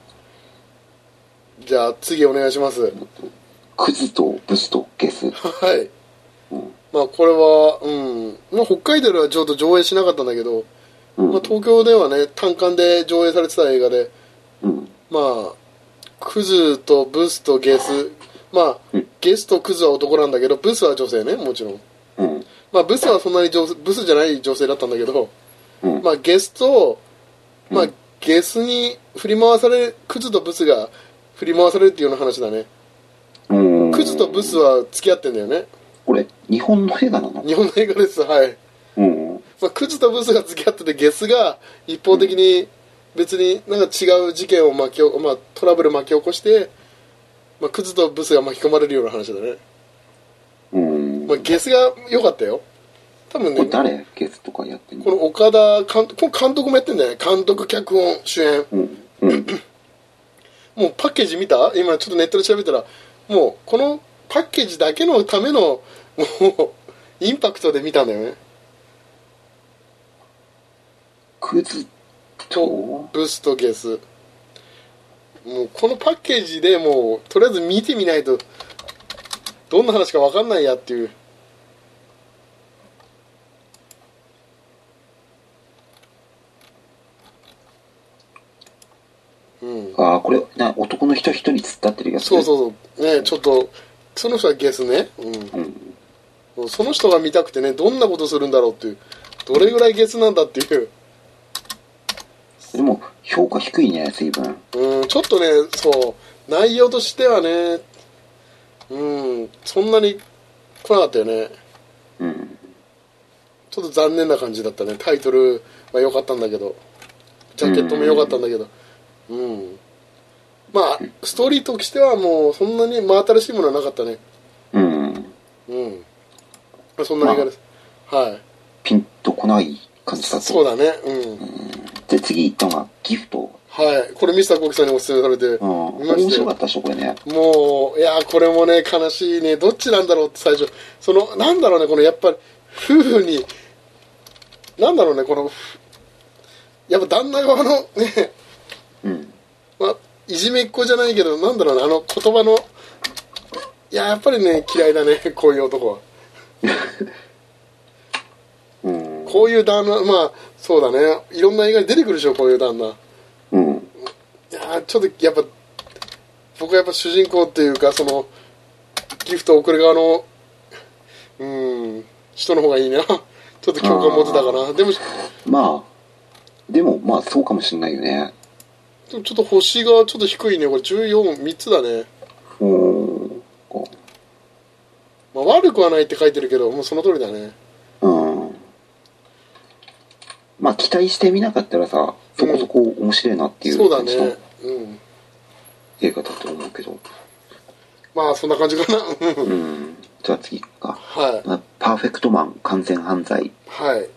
C: じゃあ、次お願いします。は
B: クズとブスとゲス。
C: い。
B: うん。
C: まあ、これは、うん。まあ、北海道ではちょっと上映しなかったんだけど、
B: うん
C: まあ、東京ではね、単館で上映されてた映画で、
B: うん。
C: まあクズとブスとゲスまあ、
B: うん
C: ゲスとクズは男なんだけどブスは女性ねもちろん
B: うん。
C: まあブスはそんなに女ブスじゃない女性だったんだけど、
B: うん。
C: まあ、ゲスと、まあ
B: うん、
C: ゲスに振り回されるクズとブスが振り回されるっていうような話だね
B: うん
C: クズとブスは付き合ってんだよね
B: これ、日本の映画なの
C: 日本の映画ですはい、
B: うん。
C: まあ、クズとブスが付き合っててゲスが一方的に別になんか違う事件を巻き起こ、まあ、トラブル巻き起こして、まあ、クズとブスが巻き込まれるような話だね
B: うん。
C: まあ、ゲスが良かったよ多分
B: こ
C: ね
B: れ誰ゲスとかやってん
C: こ
B: の
C: の岡田監督この監督もやってんだよね監督脚本主演
B: うん。うん。
C: もうパッケージ見た今ちょっとネットで調べたらもうこのパッケージだけのためのもうインパクトで見たんだよね
B: クズと、
C: ブスとゲスもうこのパッケージでもうとりあえず見てみないとどんな話か分かんないやっていううん
B: ああ、これ、な、男の人一人突っ立ってるやつ。
C: そうそうそうねちょっとその人はゲスねうん
B: うん。
C: もうその人が見たくてねどんなことするんだろうっていうどれぐらいゲスなんだっていう
B: でも、評価低いね、随分。
C: うん、ちょっとね、そう、内容としてはね、うん、そんなに来なかったよね。
B: うん。
C: ちょっと残念な感じだったね。タイトルは良かったんだけど、ジャケットも良かったんだけど、うん。まあ、ストーリーとしてはもう、そんなに真新しいものはなかったね。
B: うん。
C: うん。そんな映画です。はい。
B: ピンとこない感じだと。
C: そうだね。うん。
B: で、次行ったのが、ギフト。
C: はい。これ、ミスターコキさんにお勧めされて、
B: うん。
C: 見ま
B: 面
C: した
B: 白
C: よ
B: か。ったでしょ、これね。
C: もういやーこれもね悲しいねどっちなんだろうって最初そのなんだろうねこのやっぱり夫婦になんだろうねこのやっぱ旦那側のね、 [laughs]
B: うん。
C: まあ、いじめっ子じゃないけどなんだろうねあの言葉のいやーやっぱりね嫌いだねこういう男は
B: うん。
C: こういう旦那まあそうだねいろんな映画に出てくるでしょこういう旦那い
B: うん。
C: やーちょっとやっぱ僕はやっぱ主人公っていうかそのギフトを送る側のうーん人の方がいいな [laughs] ちょっと共感持てたかなでもち
B: まあ、でも、まあ、そうかもしれないよね。
C: ょっと星がちょっと低いねこれ143つだね、
B: うん。
C: まあ、悪くはないって書いてるけどもうその通りだね
B: うん。まあ、期待してみなかったらさ、そこそこ面白いなってい
C: そう
B: う
C: だ
B: 感じの
C: ねうん
B: 映画だと思うけど。
C: まあそんな感じかな [laughs] うん
B: うん。じゃあ次か。
C: はい
B: まあパーフェクトマン完全犯罪。
C: はい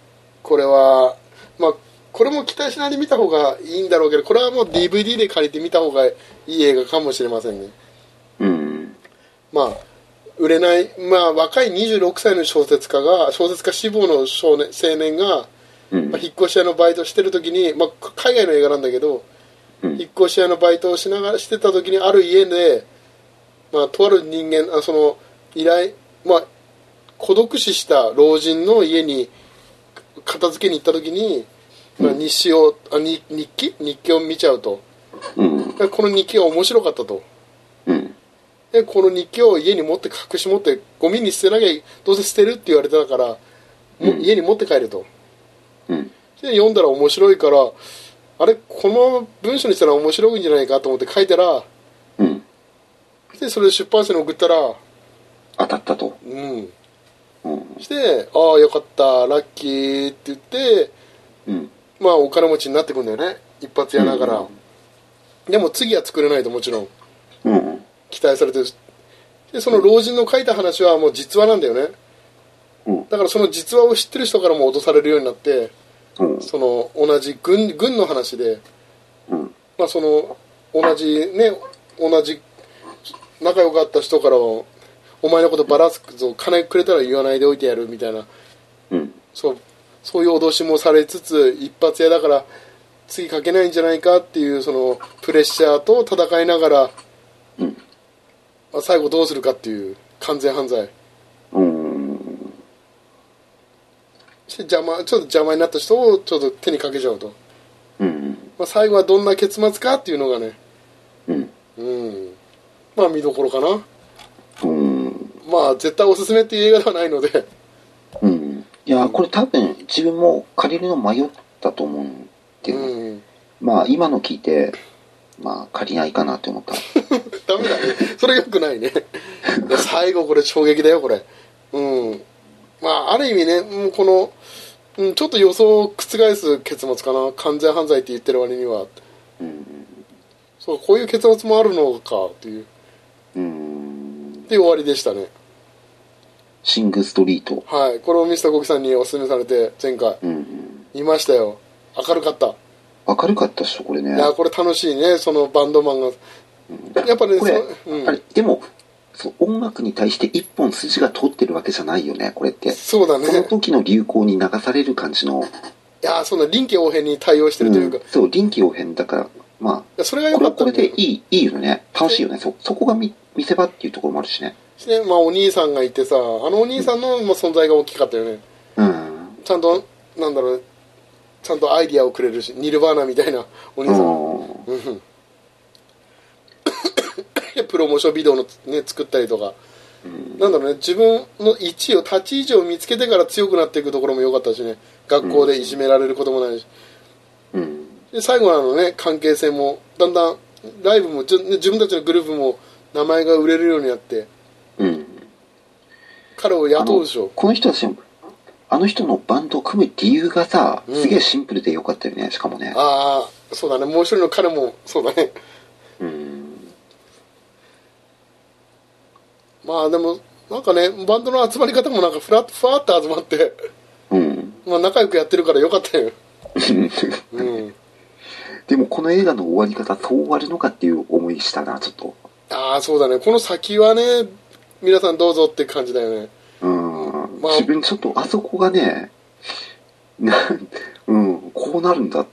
C: これはまあこれも期待しないで見た方がいいんだろうけどこれはもう DVD で借りて見た方がいい映画かもしれませんね
B: うん。
C: まあ売れない、まあ、若い26歳の小説家が小説家志望の少年青年が、
B: うん
C: まあ、。引っ越し屋のバイトしてる時に、まあ、か海外の映画なんだけど、
B: うん
C: 引っ越し屋のバイトをしながらしてた時にある家で、まあ、とある人間あその依頼、まあ、孤独死した老人の家に片付けに行った時に、まあ、日誌をあに日記日記を見ちゃうと
B: うん。
C: でこの日記が面白かったと。
B: うん。
C: でこの日記を家に持って隠し持ってゴミに捨てなきゃいどうせ捨てるって言われてたから、もう
B: うん
C: 家に持って帰ると
B: うん。
C: で読んだら面白いからあれこの文章にしたら面白いんじゃないかと思って書いたら
B: うん。
C: でそれで出版社に送ったら
B: 当たったと。
C: うん
B: うん。
C: してああよかったラッキーって言って
B: うん。
C: まあお金持ちになってくんだよね一発屋ながら、
B: うん
C: でも次は作れないともちろん
B: うん。
C: 期待されてるしでその老人の書いた話はもう実話なんだよね
B: うん。
C: だからその実話を知ってる人からも脅されるようになって
B: うん。
C: その同じ軍軍の話で、
B: うん。
C: まあ、その同じね同じ仲良かった人からはお前のことばらすぞ金くれたら言わないでおいてやるみたいな
B: うん。
C: そうそういう脅しもされつつ一発屋だから次書けないんじゃないかっていうそのプレッシャーと戦いながら、
B: うん
C: まあ、最後どうするかっていう完全犯罪
B: うん。
C: して邪魔ちょっと邪魔になった人をちょっと手にかけちゃうと、
B: うん。
C: まあ、最後はどんな結末かっていうのがね
B: うん。
C: うんまあ見どころかな
B: うん。
C: まあ絶対おすすめっていう映画ではないので
B: うん。いやー、これ多分自分も借りるの迷ったと思うんけど、
C: うん
B: まあ今の聞いて、まあ借りないかなって思った。
C: ダメだねそれよくないねいや最後これ衝撃だよこれうんまあある意味ねもうこの、うん、ちょっと予想を覆す結末かな完全犯罪って言ってる割には
B: うん。
C: そうこういう結末もあるのかっていう
B: うん。
C: で終わりでしたね
B: シングストリート。
C: はいこれをミスターコキさんにお勧めされて前回
B: うん。
C: 見ましたよ明るかった
B: 明るかったっしょ、これね
C: い。やこれ楽しいねそのバンドマンがやっぱね
B: これ
C: そ、う
B: あ
C: ん
B: れ、でも、そう音楽に対して一本筋が通ってるわけじゃないよね、これって。そ
C: そうだね
B: の時の流行に流される感じの、
C: いやーその臨機応変に対応してるというか、
B: うんそう、臨機応変だから、ま
C: いやそれ
B: あ、
C: が良
B: これは
C: かった
B: こ
C: んだ
B: れ
C: よ
B: でいい、いいよね。楽しいよね。そ、そこが見見せ場っていうところもあるしね。
C: ねまあ、お兄さんがいてさあのお兄さんの、まあ、存在が大きかったよね
B: うん。
C: ちゃんとなんだろうちゃんとアイディアをくれるしニルバーナみたいなお兄
B: う
C: さん
B: ん。
C: うんでプロモーションビデオの、ね、作ったりとか、なんだろうね自分の位置を立ち位置を見つけてから強くなっていくところも良かったしね学校でいじめられることもないし、
B: うん。
C: で最後なのね関係性もだんだんライブもじゅね自分たちのグループも名前が売れるようになって
B: うん。
C: 彼を
B: あ
C: 雇う
B: の
C: でしょ、
B: この人たち、あの人のバンドを組む理由がさ、
C: うん
B: すげえシンプルでよかったよね、しかもね。
C: ああそうだねもう一人の彼もそうだね
B: うん。
C: まあでもなんかねバンドの集まり方もなんかふらっとふわっと集まって
B: うん。 [laughs]
C: まあ仲良くやってるからよかったようん
B: でもこの映画の終わり方、そう終わるのかっていう思いしたな、ちょっと。
C: ああそうだねこの先はね皆さんどうぞって感じだよね
B: うん。
C: まあ
B: 自分ちょっとあそこがね、なうん、こうなるんだっ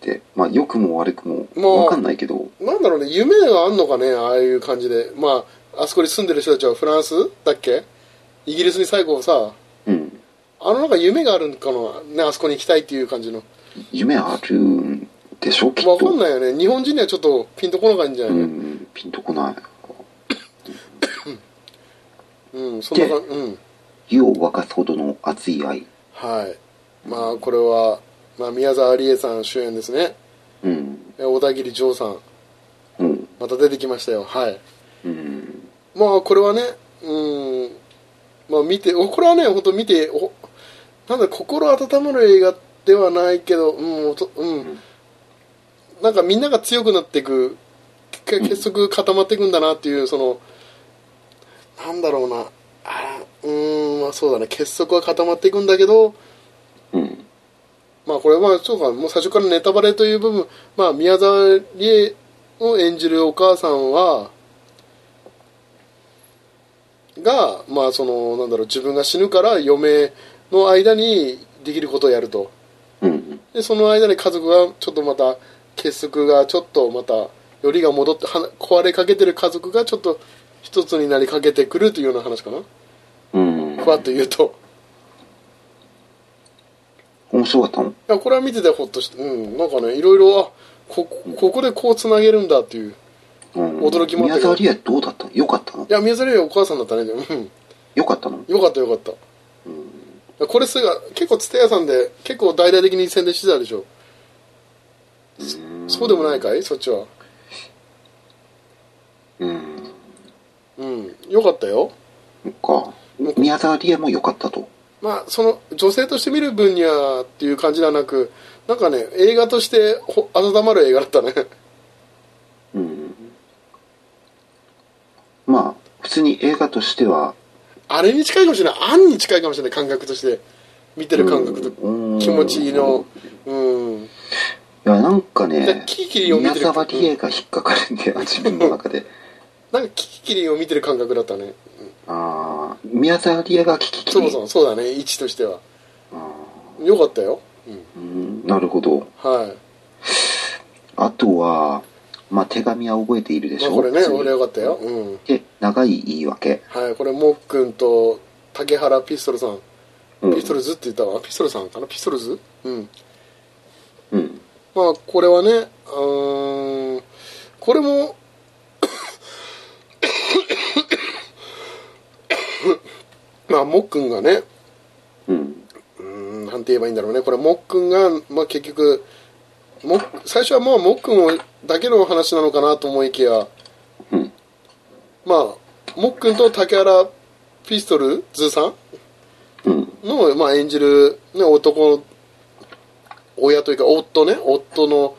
B: て、まあ良くも悪くも
C: もう
B: わかんないけど、
C: なんだろうね夢があんのかねああいう感じでまああそこに住んでる人たちはフランスだっけイギリスに最後さ
B: うん、
C: あの中夢があるのかな、ね、あそこに行きたいっていう感じの
B: 夢あるんでしょ、きっ
C: わかん
B: と。
C: ないよね日本人にはちょっとピンとこなかったんじゃな
B: う
C: いの
B: ん、ピンとこない。
C: うん、そんな感じうん
B: 湯を沸かすほどの熱い愛。
C: はいまあこれは、まあ、宮沢りえさん主演ですね
B: うん、
C: え小田切丈さん
B: うん、
C: また出てきましたよはい
B: うん、
C: まあこれはねうんまあ見ておこれはね本当見ておなんだ心温まる映画ではないけどうんおとうんなんかみんなが強くなっていくけ結束固まっていくんだなっていうそのなんだろうなあらうんまあそうだね結束は固まっていくんだけど
B: うん、
C: まあこれはまあそうかもう最初からネタバレという部分まあ宮沢りえを演じるお母さんはがまあそのなんだろう自分が死ぬから嫁の間にできることをやると
B: うん、
C: でその間に家族がちょっとまた結束がちょっとまたよりが戻ってはな壊れかけてる家族がちょっと一つになりかけてくるというような話かな
B: うん
C: ふ。わっと言うと
B: 面白かったの
C: いやこれは見ててほっとしてうんなんかねいろいろあこここでこうつなげるんだっていう
B: うん。
C: 驚きもあっ
B: 宮
C: たけど
B: 沢りえどうだったのよかったの
C: いや宮沢りえはお母さんだったねでもうん
B: よかったの
C: よかったよかった、これすが結構蔦屋さんで結構大々的に宣伝してたでしょ
B: うん
C: そうでもないかいそっちは
B: うん。
C: うんよかったよ
B: そっか。宮沢りえも良かったと。
C: まあその女性として見る分にはっていう感じではなくなんかね映画としてほ温まる映画だったね [laughs]
B: うん。まあ、普通に映画としては、
C: あれに近いかもしれないあんに近いかもしれない感覚として見てる感覚と
B: うん
C: 気持ちのうん
B: いや、なんか
C: だから
B: ね、
C: キリキリを見
B: 宮
C: てる
B: 沢りえが引っかかるんだよな、自分の中で。
C: なんかキキキリンを見てる感覚だったね
B: [laughs] ああ、宮沢りえが聞きき
C: そも
B: り
C: そもそうだね位置としては
B: あ
C: よかったよ、うん、
B: ーうん、なるほど。
C: はい
B: あとは、まあ、手紙は覚えているでし
C: まあ
B: ょ
C: これね
B: 普通に
C: 俺よかったようん
B: で、長い言い訳。
C: はいこれもっくんと竹原ピストルさん
B: うん
C: ピストルズって言ったわピストルさんかなピストルズうん
B: うん。
C: まあこれはねうーんこれも [coughs] まあもっくんがね
B: うん。
C: うーんなんて言えばいいんだろうねこれもっくんが、まあ、結局もっ最初はまあもっくんをだけの話なのかなと思いきや
B: うん。
C: まあもっくんと竹原ピストルズさん
B: うん。
C: の、まあ、演じる、ね、男の親というか夫ね夫の,、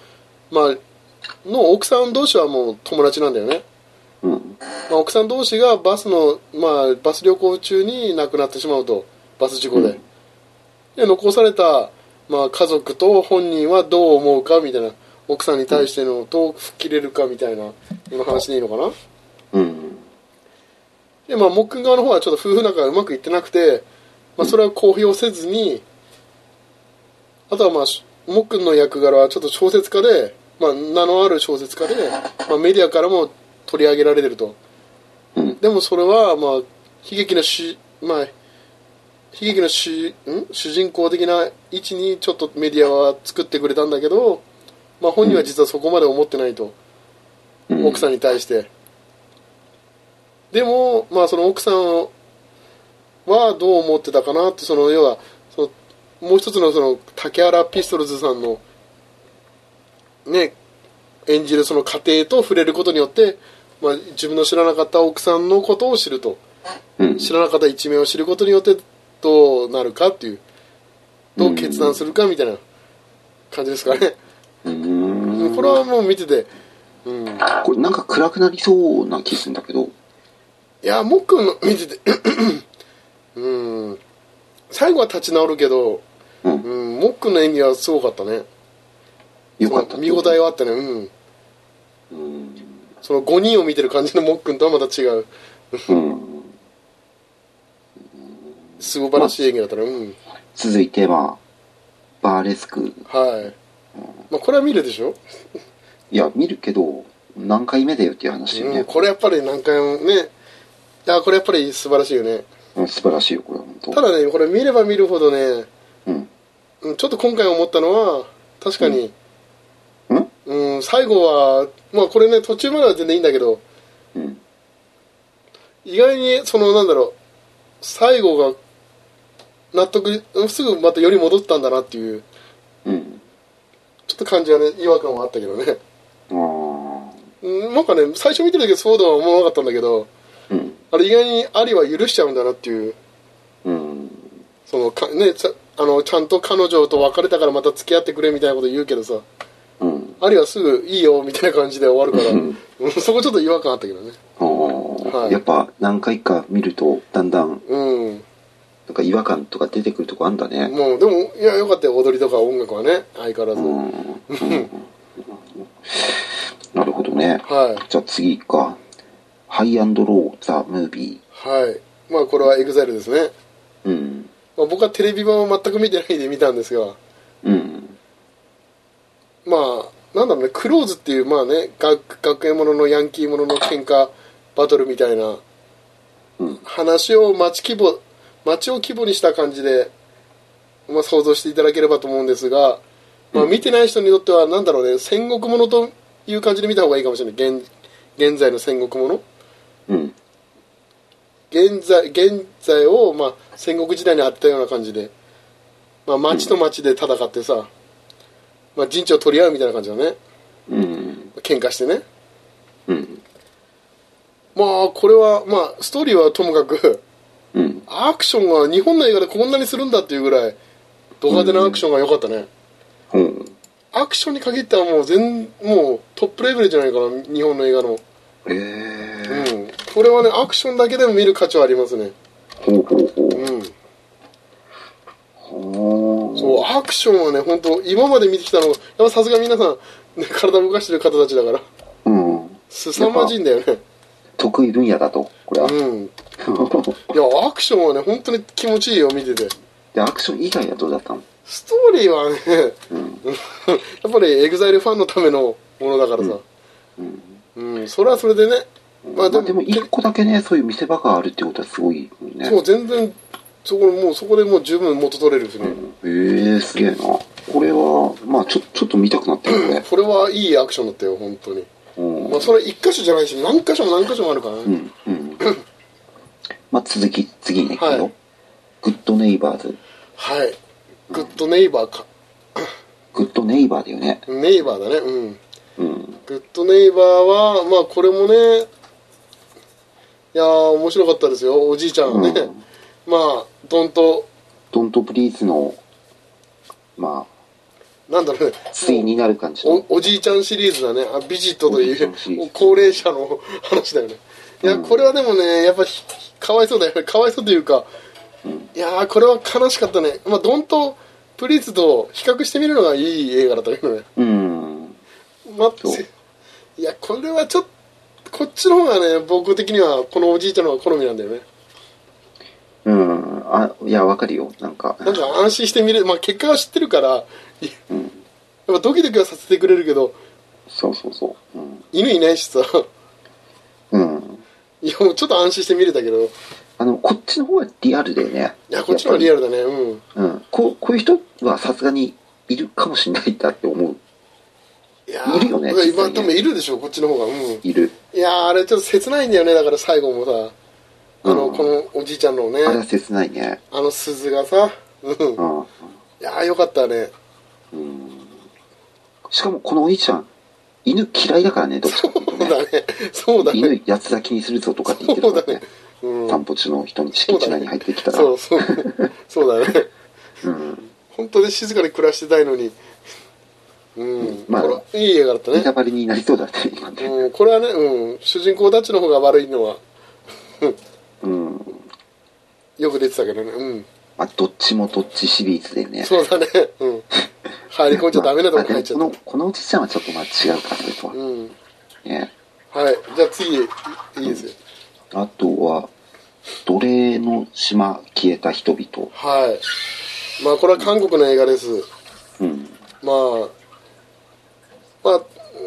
C: まあの奥さん同士はもう友達なんだよね、
B: うん。
C: まあ、奥さん同士がバスの、まあ、バス旅行中に亡くなってしまうとバス事故で,、
B: うん
C: で残された、まあ、家族と本人はどう思うかみたいな奥さんに対してのどう吹っ切れるかみたいな今話でいいのかな、
B: うん。
C: でまあもっくん側の方はちょっと夫婦仲がうまくいってなくて、まあ、それは公表せずにあとはまあしもっくんの役柄はちょっと小説家で、まあ、名のある小説家で、まあ、メディアからも取り上げられてると、
B: うん
C: でもそれはまあ悲劇のし、まあ、悲劇のしん主人公的な位置にちょっとメディアは作ってくれたんだけど、まあ、本人は実はそこまで思ってないと。
B: うん。
C: 奥さんに対してでも、まあ、その奥さんはどう思ってたかなってその要はそのもう一つのその竹原ピストルズさんの、ね、演じるその家庭と触れることによって、まあ、自分の知らなかった奥さんのことを知ると
B: うん。
C: 知らなかった一面を知ることによってどうなるかっていうどう決断するかみたいな感じですかね、
B: うん。
C: これはもう見てて、うん、
B: これなんか暗くなりそうな気するんだけど。
C: いやもっくんの見ててうん最後は立ち直るけど、
B: う。
C: うんん、もっくんの演技はすごかったね
B: よかった。
C: 見応えはあってねうん
B: うん。
C: その5人を見てる感じのもっくんとはまた違う
B: うん。
C: 素晴らしい演技だったねうん
B: 続いては、バーレスク。
C: はい、まあ、これは見るでしょ、
B: いや、見るけど、何回目だよっていう話よ
C: うん、
B: ね。
C: これやっぱり何回もねいやこれやっぱり素晴らしいよね
B: うん素晴らしいよ、これは本当。
C: ただねこれ見れば見るほどね
B: うん。
C: うんちょっと今回思ったのは確かに、
B: うん
C: うん、最後はまあこれね途中までは全然いいんだけど
B: うん。
C: 意外にそのなんだろう最後が納得すぐまたより戻ったんだなっていう
B: うん。
C: ちょっと感じはね違和感はあったけどね
B: ああ。
C: うんなんかね最初見てる時はそうでは思わなかったんだけど
B: うん。
C: あれ意外にアリは許しちゃうんだなっていう
B: うん。
C: そのかねさあのちゃんと彼女と別れたからまた付き合ってくれみたいなこと言うけどさ
B: うん。
C: アリはすぐいいよみたいな感じで終わるから
B: うん
C: うんそこちょっと違和感あったけどね
B: ああ、
C: はい
B: やっぱ何回か見ると、だんだん、
C: うん
B: なんか違和感とか出てくるとこあんだね。
C: もうでもいやよかったよ踊りとか音楽はね相変わらず、
B: うん。なるほどね。
C: はい
B: じゃあ次か。ハイアンドロー、ザ・ムービ
C: はいまあこれはエグザイルですね、
B: ー。うん。
C: まあ、僕はテレビ版を全く見てないで見たんですが
B: うん。
C: まあなんだろうねクローズっていうまあね学学園もののヤンキーものの喧嘩バトルみたいな
B: うん
C: 話を街規模街を規模にした感じで、まあ、想像していただければと思うんですが、まあ、見てない人にとってはなんだろうね戦国ものという感じで見た方がいいかもしれない現現在の戦国もの
B: うん。
C: 現在現在を、まあ、戦国時代にあったような感じで、まあ、町と町で戦ってさ、まあ、陣地を取り合うみたいな感じだね
B: うん。
C: 喧嘩してね
B: うん。
C: まあこれはまあストーリーはともかく
B: うん。
C: アクションが日本の映画でこんなにするんだっていうぐらいド派手なアクションが良かったね、
B: うん。
C: アクションに限ってはもう全もうトップレベルじゃないかな日本の映画の、
B: え
C: う
B: え
C: ん、これはねアクションだけでも見る価値はありますね
B: ほうほうほう
C: うん
B: ほう
C: そうアクションはね本当今まで見てきたのがやっぱさすが皆さん、ね、体動かしてる方たちだから
B: うん
C: 凄まじいんだよね
B: 得意分野だとこれは、
C: うんいやアクションはね本当に気持ちいいよ見てて
B: でアクション以外はどうだったの
C: ストーリーはね
B: うん
C: やっぱりエグザイルファンのためのものだからさ
B: うん
C: うん、それはそれでねま
B: ま
C: あ
B: あ
C: で
B: で
C: も
B: も一個だけねそういう見せ場があるってことはすごいもんね
C: そう全然そこもうそこでもう十分元取れるしね、
B: ええすげえなこれはまあちょちょっと見たくなったよこれ
C: これはいいアクションだったよ本当に、
B: うん
C: まあ、それ一箇所じゃないし何箇所も何箇所もあるからね、
B: うんうんまあ続き次ねいくよ、
C: はい
B: グッドネイバーズ
C: はいグッドネイバーか
B: グッドネイバーだよね
C: ネイバーだねうん
B: うん
C: グッドネイバーはまあこれもねいやー面白かったですよおじいちゃんはね、
B: うん
C: [laughs] まあどんと
B: ドントプリーズのま
C: なんだろうね
B: あ対になる感じの
C: おおじいちゃんシリーズだねあビジットと
B: お
C: い
B: じいちゃ
C: うん
B: シリーズ
C: 高齢者の [laughs] 話だよねいや、
B: うん
C: これはでもねやっぱひかわいそうだよ [laughs] ねかわいそうというか、いやーこれは悲しかったねまあドンとプリーズと比較してみるのがいい映画だったけどね
B: うん
C: 待っ
B: そう
C: ていやこれはちょっとこっちの方がね僕的にはこのおじいちゃんの方が好みなんだよね
B: うんあいやわかるよなんか
C: なんか安心して見れるまあ結果は知ってるからいや
B: うん
C: っぱドキドキはさせてくれるけど
B: そうそうそううん、
C: 犬いないしさ
B: うん、
C: いやもうちょっと安心して見れたけどい
B: あのこっちの方がリアルだよね
C: やこっちの方がリ
B: ア
C: アルだねうん
B: ル、うん、こうこういう人はさすがにいるかもしれないんだって思う
C: いや
B: いるよね
C: まあ
B: 実際ね
C: まあでもいるでしょこっちの方がうん
B: いる
C: いやーあれちょっと切ないんだよねだから最後もさあの、
B: うん
C: このおじいちゃんのね
B: あれは切ないね
C: あの鈴がさうんい
B: うん、
C: やーよかったね [laughs]
B: うん、しかもこのおじいちゃん犬嫌いだからねどっちかっていうと
C: そう
B: ね
C: だねそうだね
B: 犬やつだけにするぞとかって言ってるからね
C: うん
B: 散歩中の人に敷地内に入ってきたら
C: そうそうそうだね
B: うん
C: 本当に静かに暮らしてたいのにうん、
B: まあ
C: これいい映画だった
B: ネタ
C: ね、
B: バレになりそうだね今ね
C: うん、これはね、うん、主人公たちの方が悪いのは
B: うん
C: よく出てたけどねうん
B: まあどっちもどっちシリーズでね
C: そうだねうん入り込んじゃダメなとこ入っちゃ
B: ま
C: っ
B: あでもこのこのおじいちゃんはちょっとまあ違うかそれと
C: た
B: は
C: うん
B: ね
C: はい、じゃあ次いいですよ。
B: あとは奴隷の島消えた人々
C: はい。まあこれは韓国の映画です。
B: うん
C: まあ、まあ、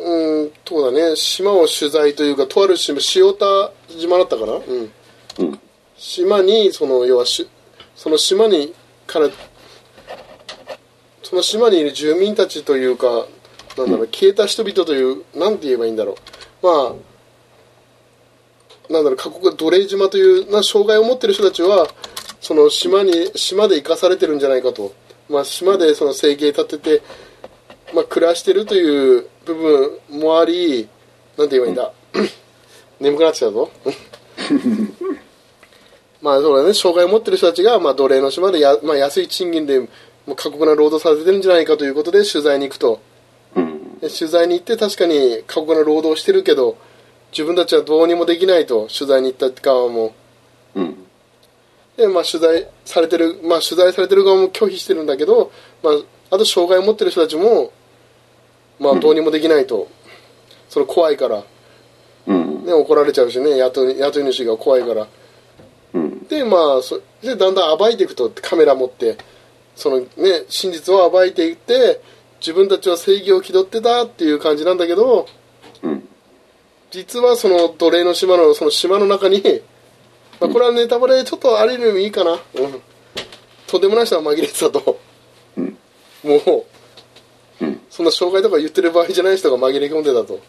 C: うん、そうだね、島を取材というか、とある島、塩田島だったかなうん。
B: うん
C: 島に、その、要はし、その島に、から、その島にいる住民たちというか、なんだろう、消えた人々という、なんて言えばいいんだろう。まあ、なんだろう、過酷、奴隷島という、な、障害を持ってる人たちは、その島に、島で生かされてるんじゃないかと。まあ、島でその生計立てて、まあ、暮らしてるという部分もあり、なんて言えばいいんだ。眠くなっちゃうぞ。 [laughs] まあそうだね、障害を持ってる人たちが、まあ、奴隷の島でや、まあ、安い賃金で、もう過酷な労働させてるんじゃないかということで取材に行くと
B: うん
C: で取材に行って確かに過酷な労働をしてるけど自分たちはどうにもできないと取材に行った側も
B: うん
C: で、まあ、取材されてる、まあ、取材されてる側も拒否してるんだけど、まあ、あと障害を持ってる人たちも、まあ、どうにもできないと、それ怖いから、
B: うん
C: ね、怒られちゃうしね雇い雇い主が怖いから
B: うん
C: でまあそでだんだん暴いていくとカメラ持ってそのね真実を暴いていって自分たちは正義を気取ってたっていう感じなんだけど
B: うん
C: 実はその奴隷の島のその島の中に、まあ、これはネタバレちょっとある意味いいかな、うん、とんでもない人が紛れてたと
B: うん
C: もう、
B: うん
C: そんな障害とか言ってる場合じゃない人が紛れ込んでたと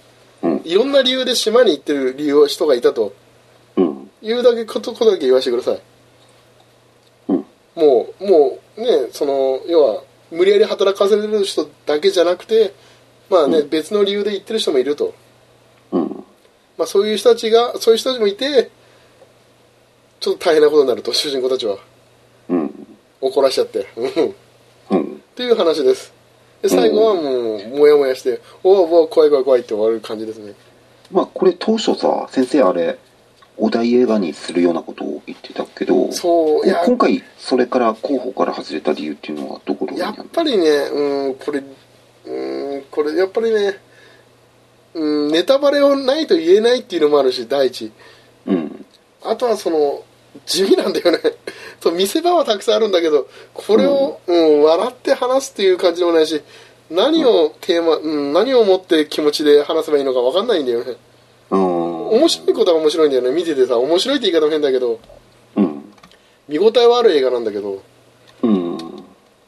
B: うん
C: いろんな理由で島に行ってる理由人がいたと
B: うん
C: いうだけことことだけ言わせてください
B: うん
C: もうもうねその要は無理やり働かせる人だけじゃなくてまあね、別の理由で行ってる人もいると、
B: うん
C: まあ、そういう人たちがそういう人たちもいてちょっと大変なことになると主人公たちは
B: うん
C: 怒らしちゃってうんっ
B: うん
C: ていう話ですで最後はもうモヤモヤして「おおおお怖い怖い怖い」って終わる感じですね
B: まあこれ当初さ先生あれお題映画にするようなことを言ってたけど
C: そういや
B: 今回それから候補から外れた理由っていうのはどころに
C: や
B: ある
C: っぱりねうんこれうんこれやっぱりねうんネタバレをないと言えないっていうのもあるし第一
B: うん
C: あとはその地味なんだよね [laughs] そう見せ場はたくさんあるんだけどこれを、うん笑って話すっていう感じでもないし何をテーマ、うん、何を持って気持ちで話せばいいのか分かんないんだよね
B: うん
C: 面白いことは面白いんだよね見ててさ面白いって言い方も変だけど
B: うん
C: 見応えはある映画なんだけど、
B: うん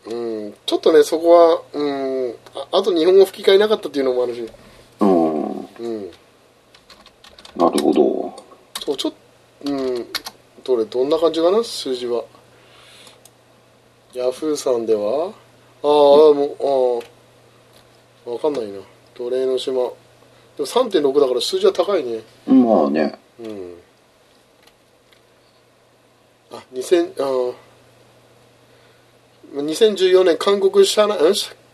C: うん、ちょっとねそこは、うん、ああと日本語吹き替えなかったっていうのもあるし、
B: うん
C: うん、
B: なるほど
C: そうちょっうんどれどんな感じかな数字はヤフーさんではああもうああわかんないな奴隷の島でも3.6だから数字は高いね
B: まあね
C: うんあ2000あー2014年韓国社内ん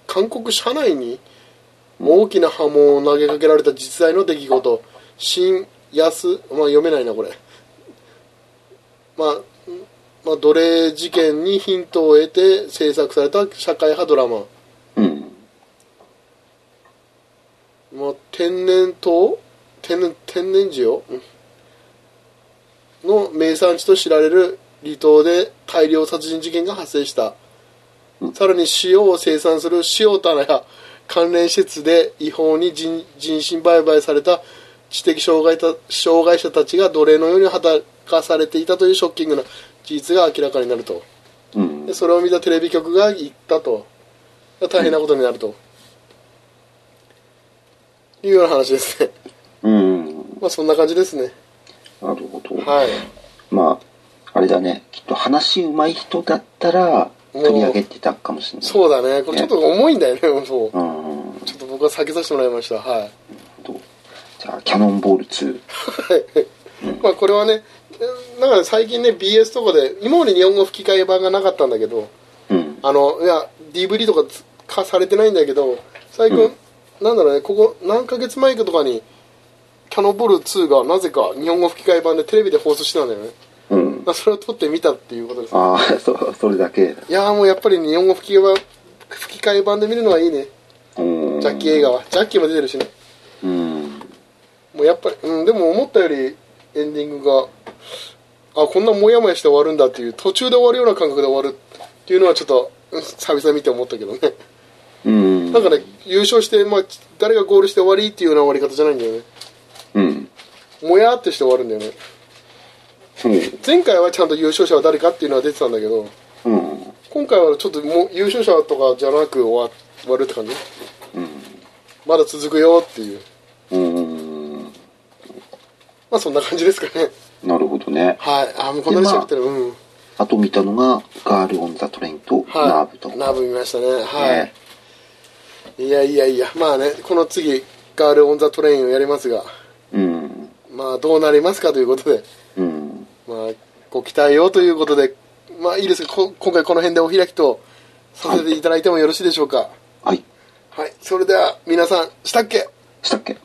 C: 韓国社内に大きな波紋を投げかけられた実在の出来事新安まあ読めないなこれまあんまあ奴隷事件にヒントを得て制作された社会派ドラマ、
B: うん
C: まあ、天然痘天然天然塩うんの名産地と知られる離島で大量殺人事件が発生し
B: う
C: た、
B: ん
C: さらに塩を生産する塩棚や関連施設で違法に人人身売買された知的障害た障害者たちが奴隷のように働かされていたというショッキングな事実が明らかになると
B: うん
C: でそれを見たテレビ局が言ったと大変なことになると、いうような話ですね [laughs]
B: うん
C: まあそんな感じですね
B: なるほど、
C: はい
B: まああれだねきっと話うまい人だったら
C: うん
B: 取り上げてたかもしれない
C: そうだねこれちょっと重いんだよね [laughs] そう
B: うん
C: ちょっと僕は避けさせてもらいましたはい
B: とじゃあキャノンボール2
C: まあこれはねうんなんかね最近ね BS とかで今まで日本語吹き替え版がなかったんだけど
B: うん
C: あのいや DVD とか化されてないんだけど最近、
B: うん
C: なんだろうねここ何ヶ月前かとかにキャノンボール2がなぜか日本語吹き替え版でテレビで放送してたんだよね
B: うん
C: まあそれを撮ってみたっていうことです
B: ああ [laughs] そそれだけ
C: いやーもうやっぱり日本語吹き替え版吹き替え版で見るのはいいね
B: うん
C: ジャッキー映画はジャッキーも出てるしね
B: うん
C: もうやっぱり、うん、でも思ったよりエンディングがあこんなモヤモヤして終わるんだっていう途中で終わるような感覚で終わるっていうのはちょっとうん久々見て思ったけどね
B: うん
C: なんかね優勝して、まあ、誰がゴールして終わりっていうような終わり方じゃないんだよね
B: うん
C: もやーってして終わるんだよね
B: うん
C: 前回はちゃんと優勝者は誰かっていうのは出てたんだけど
B: うん
C: 今回はちょっともう優勝者とかじゃなく終わ終わるって感じまだ続くよっていう
B: うん
C: まあそんな感じですかね
B: なるほどね
C: はいあもうこんなに喋ってる、うん
B: あと見たのがガール・オン・ザ・トレインと
C: はい
B: ナーブと、
C: ナブ見ましたねはい、
B: ね
C: いやいやいやまあねこの次ガール・オン・ザ・トレインをやりますが
B: うん
C: まあどうなりますかということで
B: うん
C: まあご期待をということでまあいいですがこ今回この辺でお開きとさせていただいてもよろしいでしょうか
B: はい
C: はいそれでは皆さんしたっけ
B: したっけ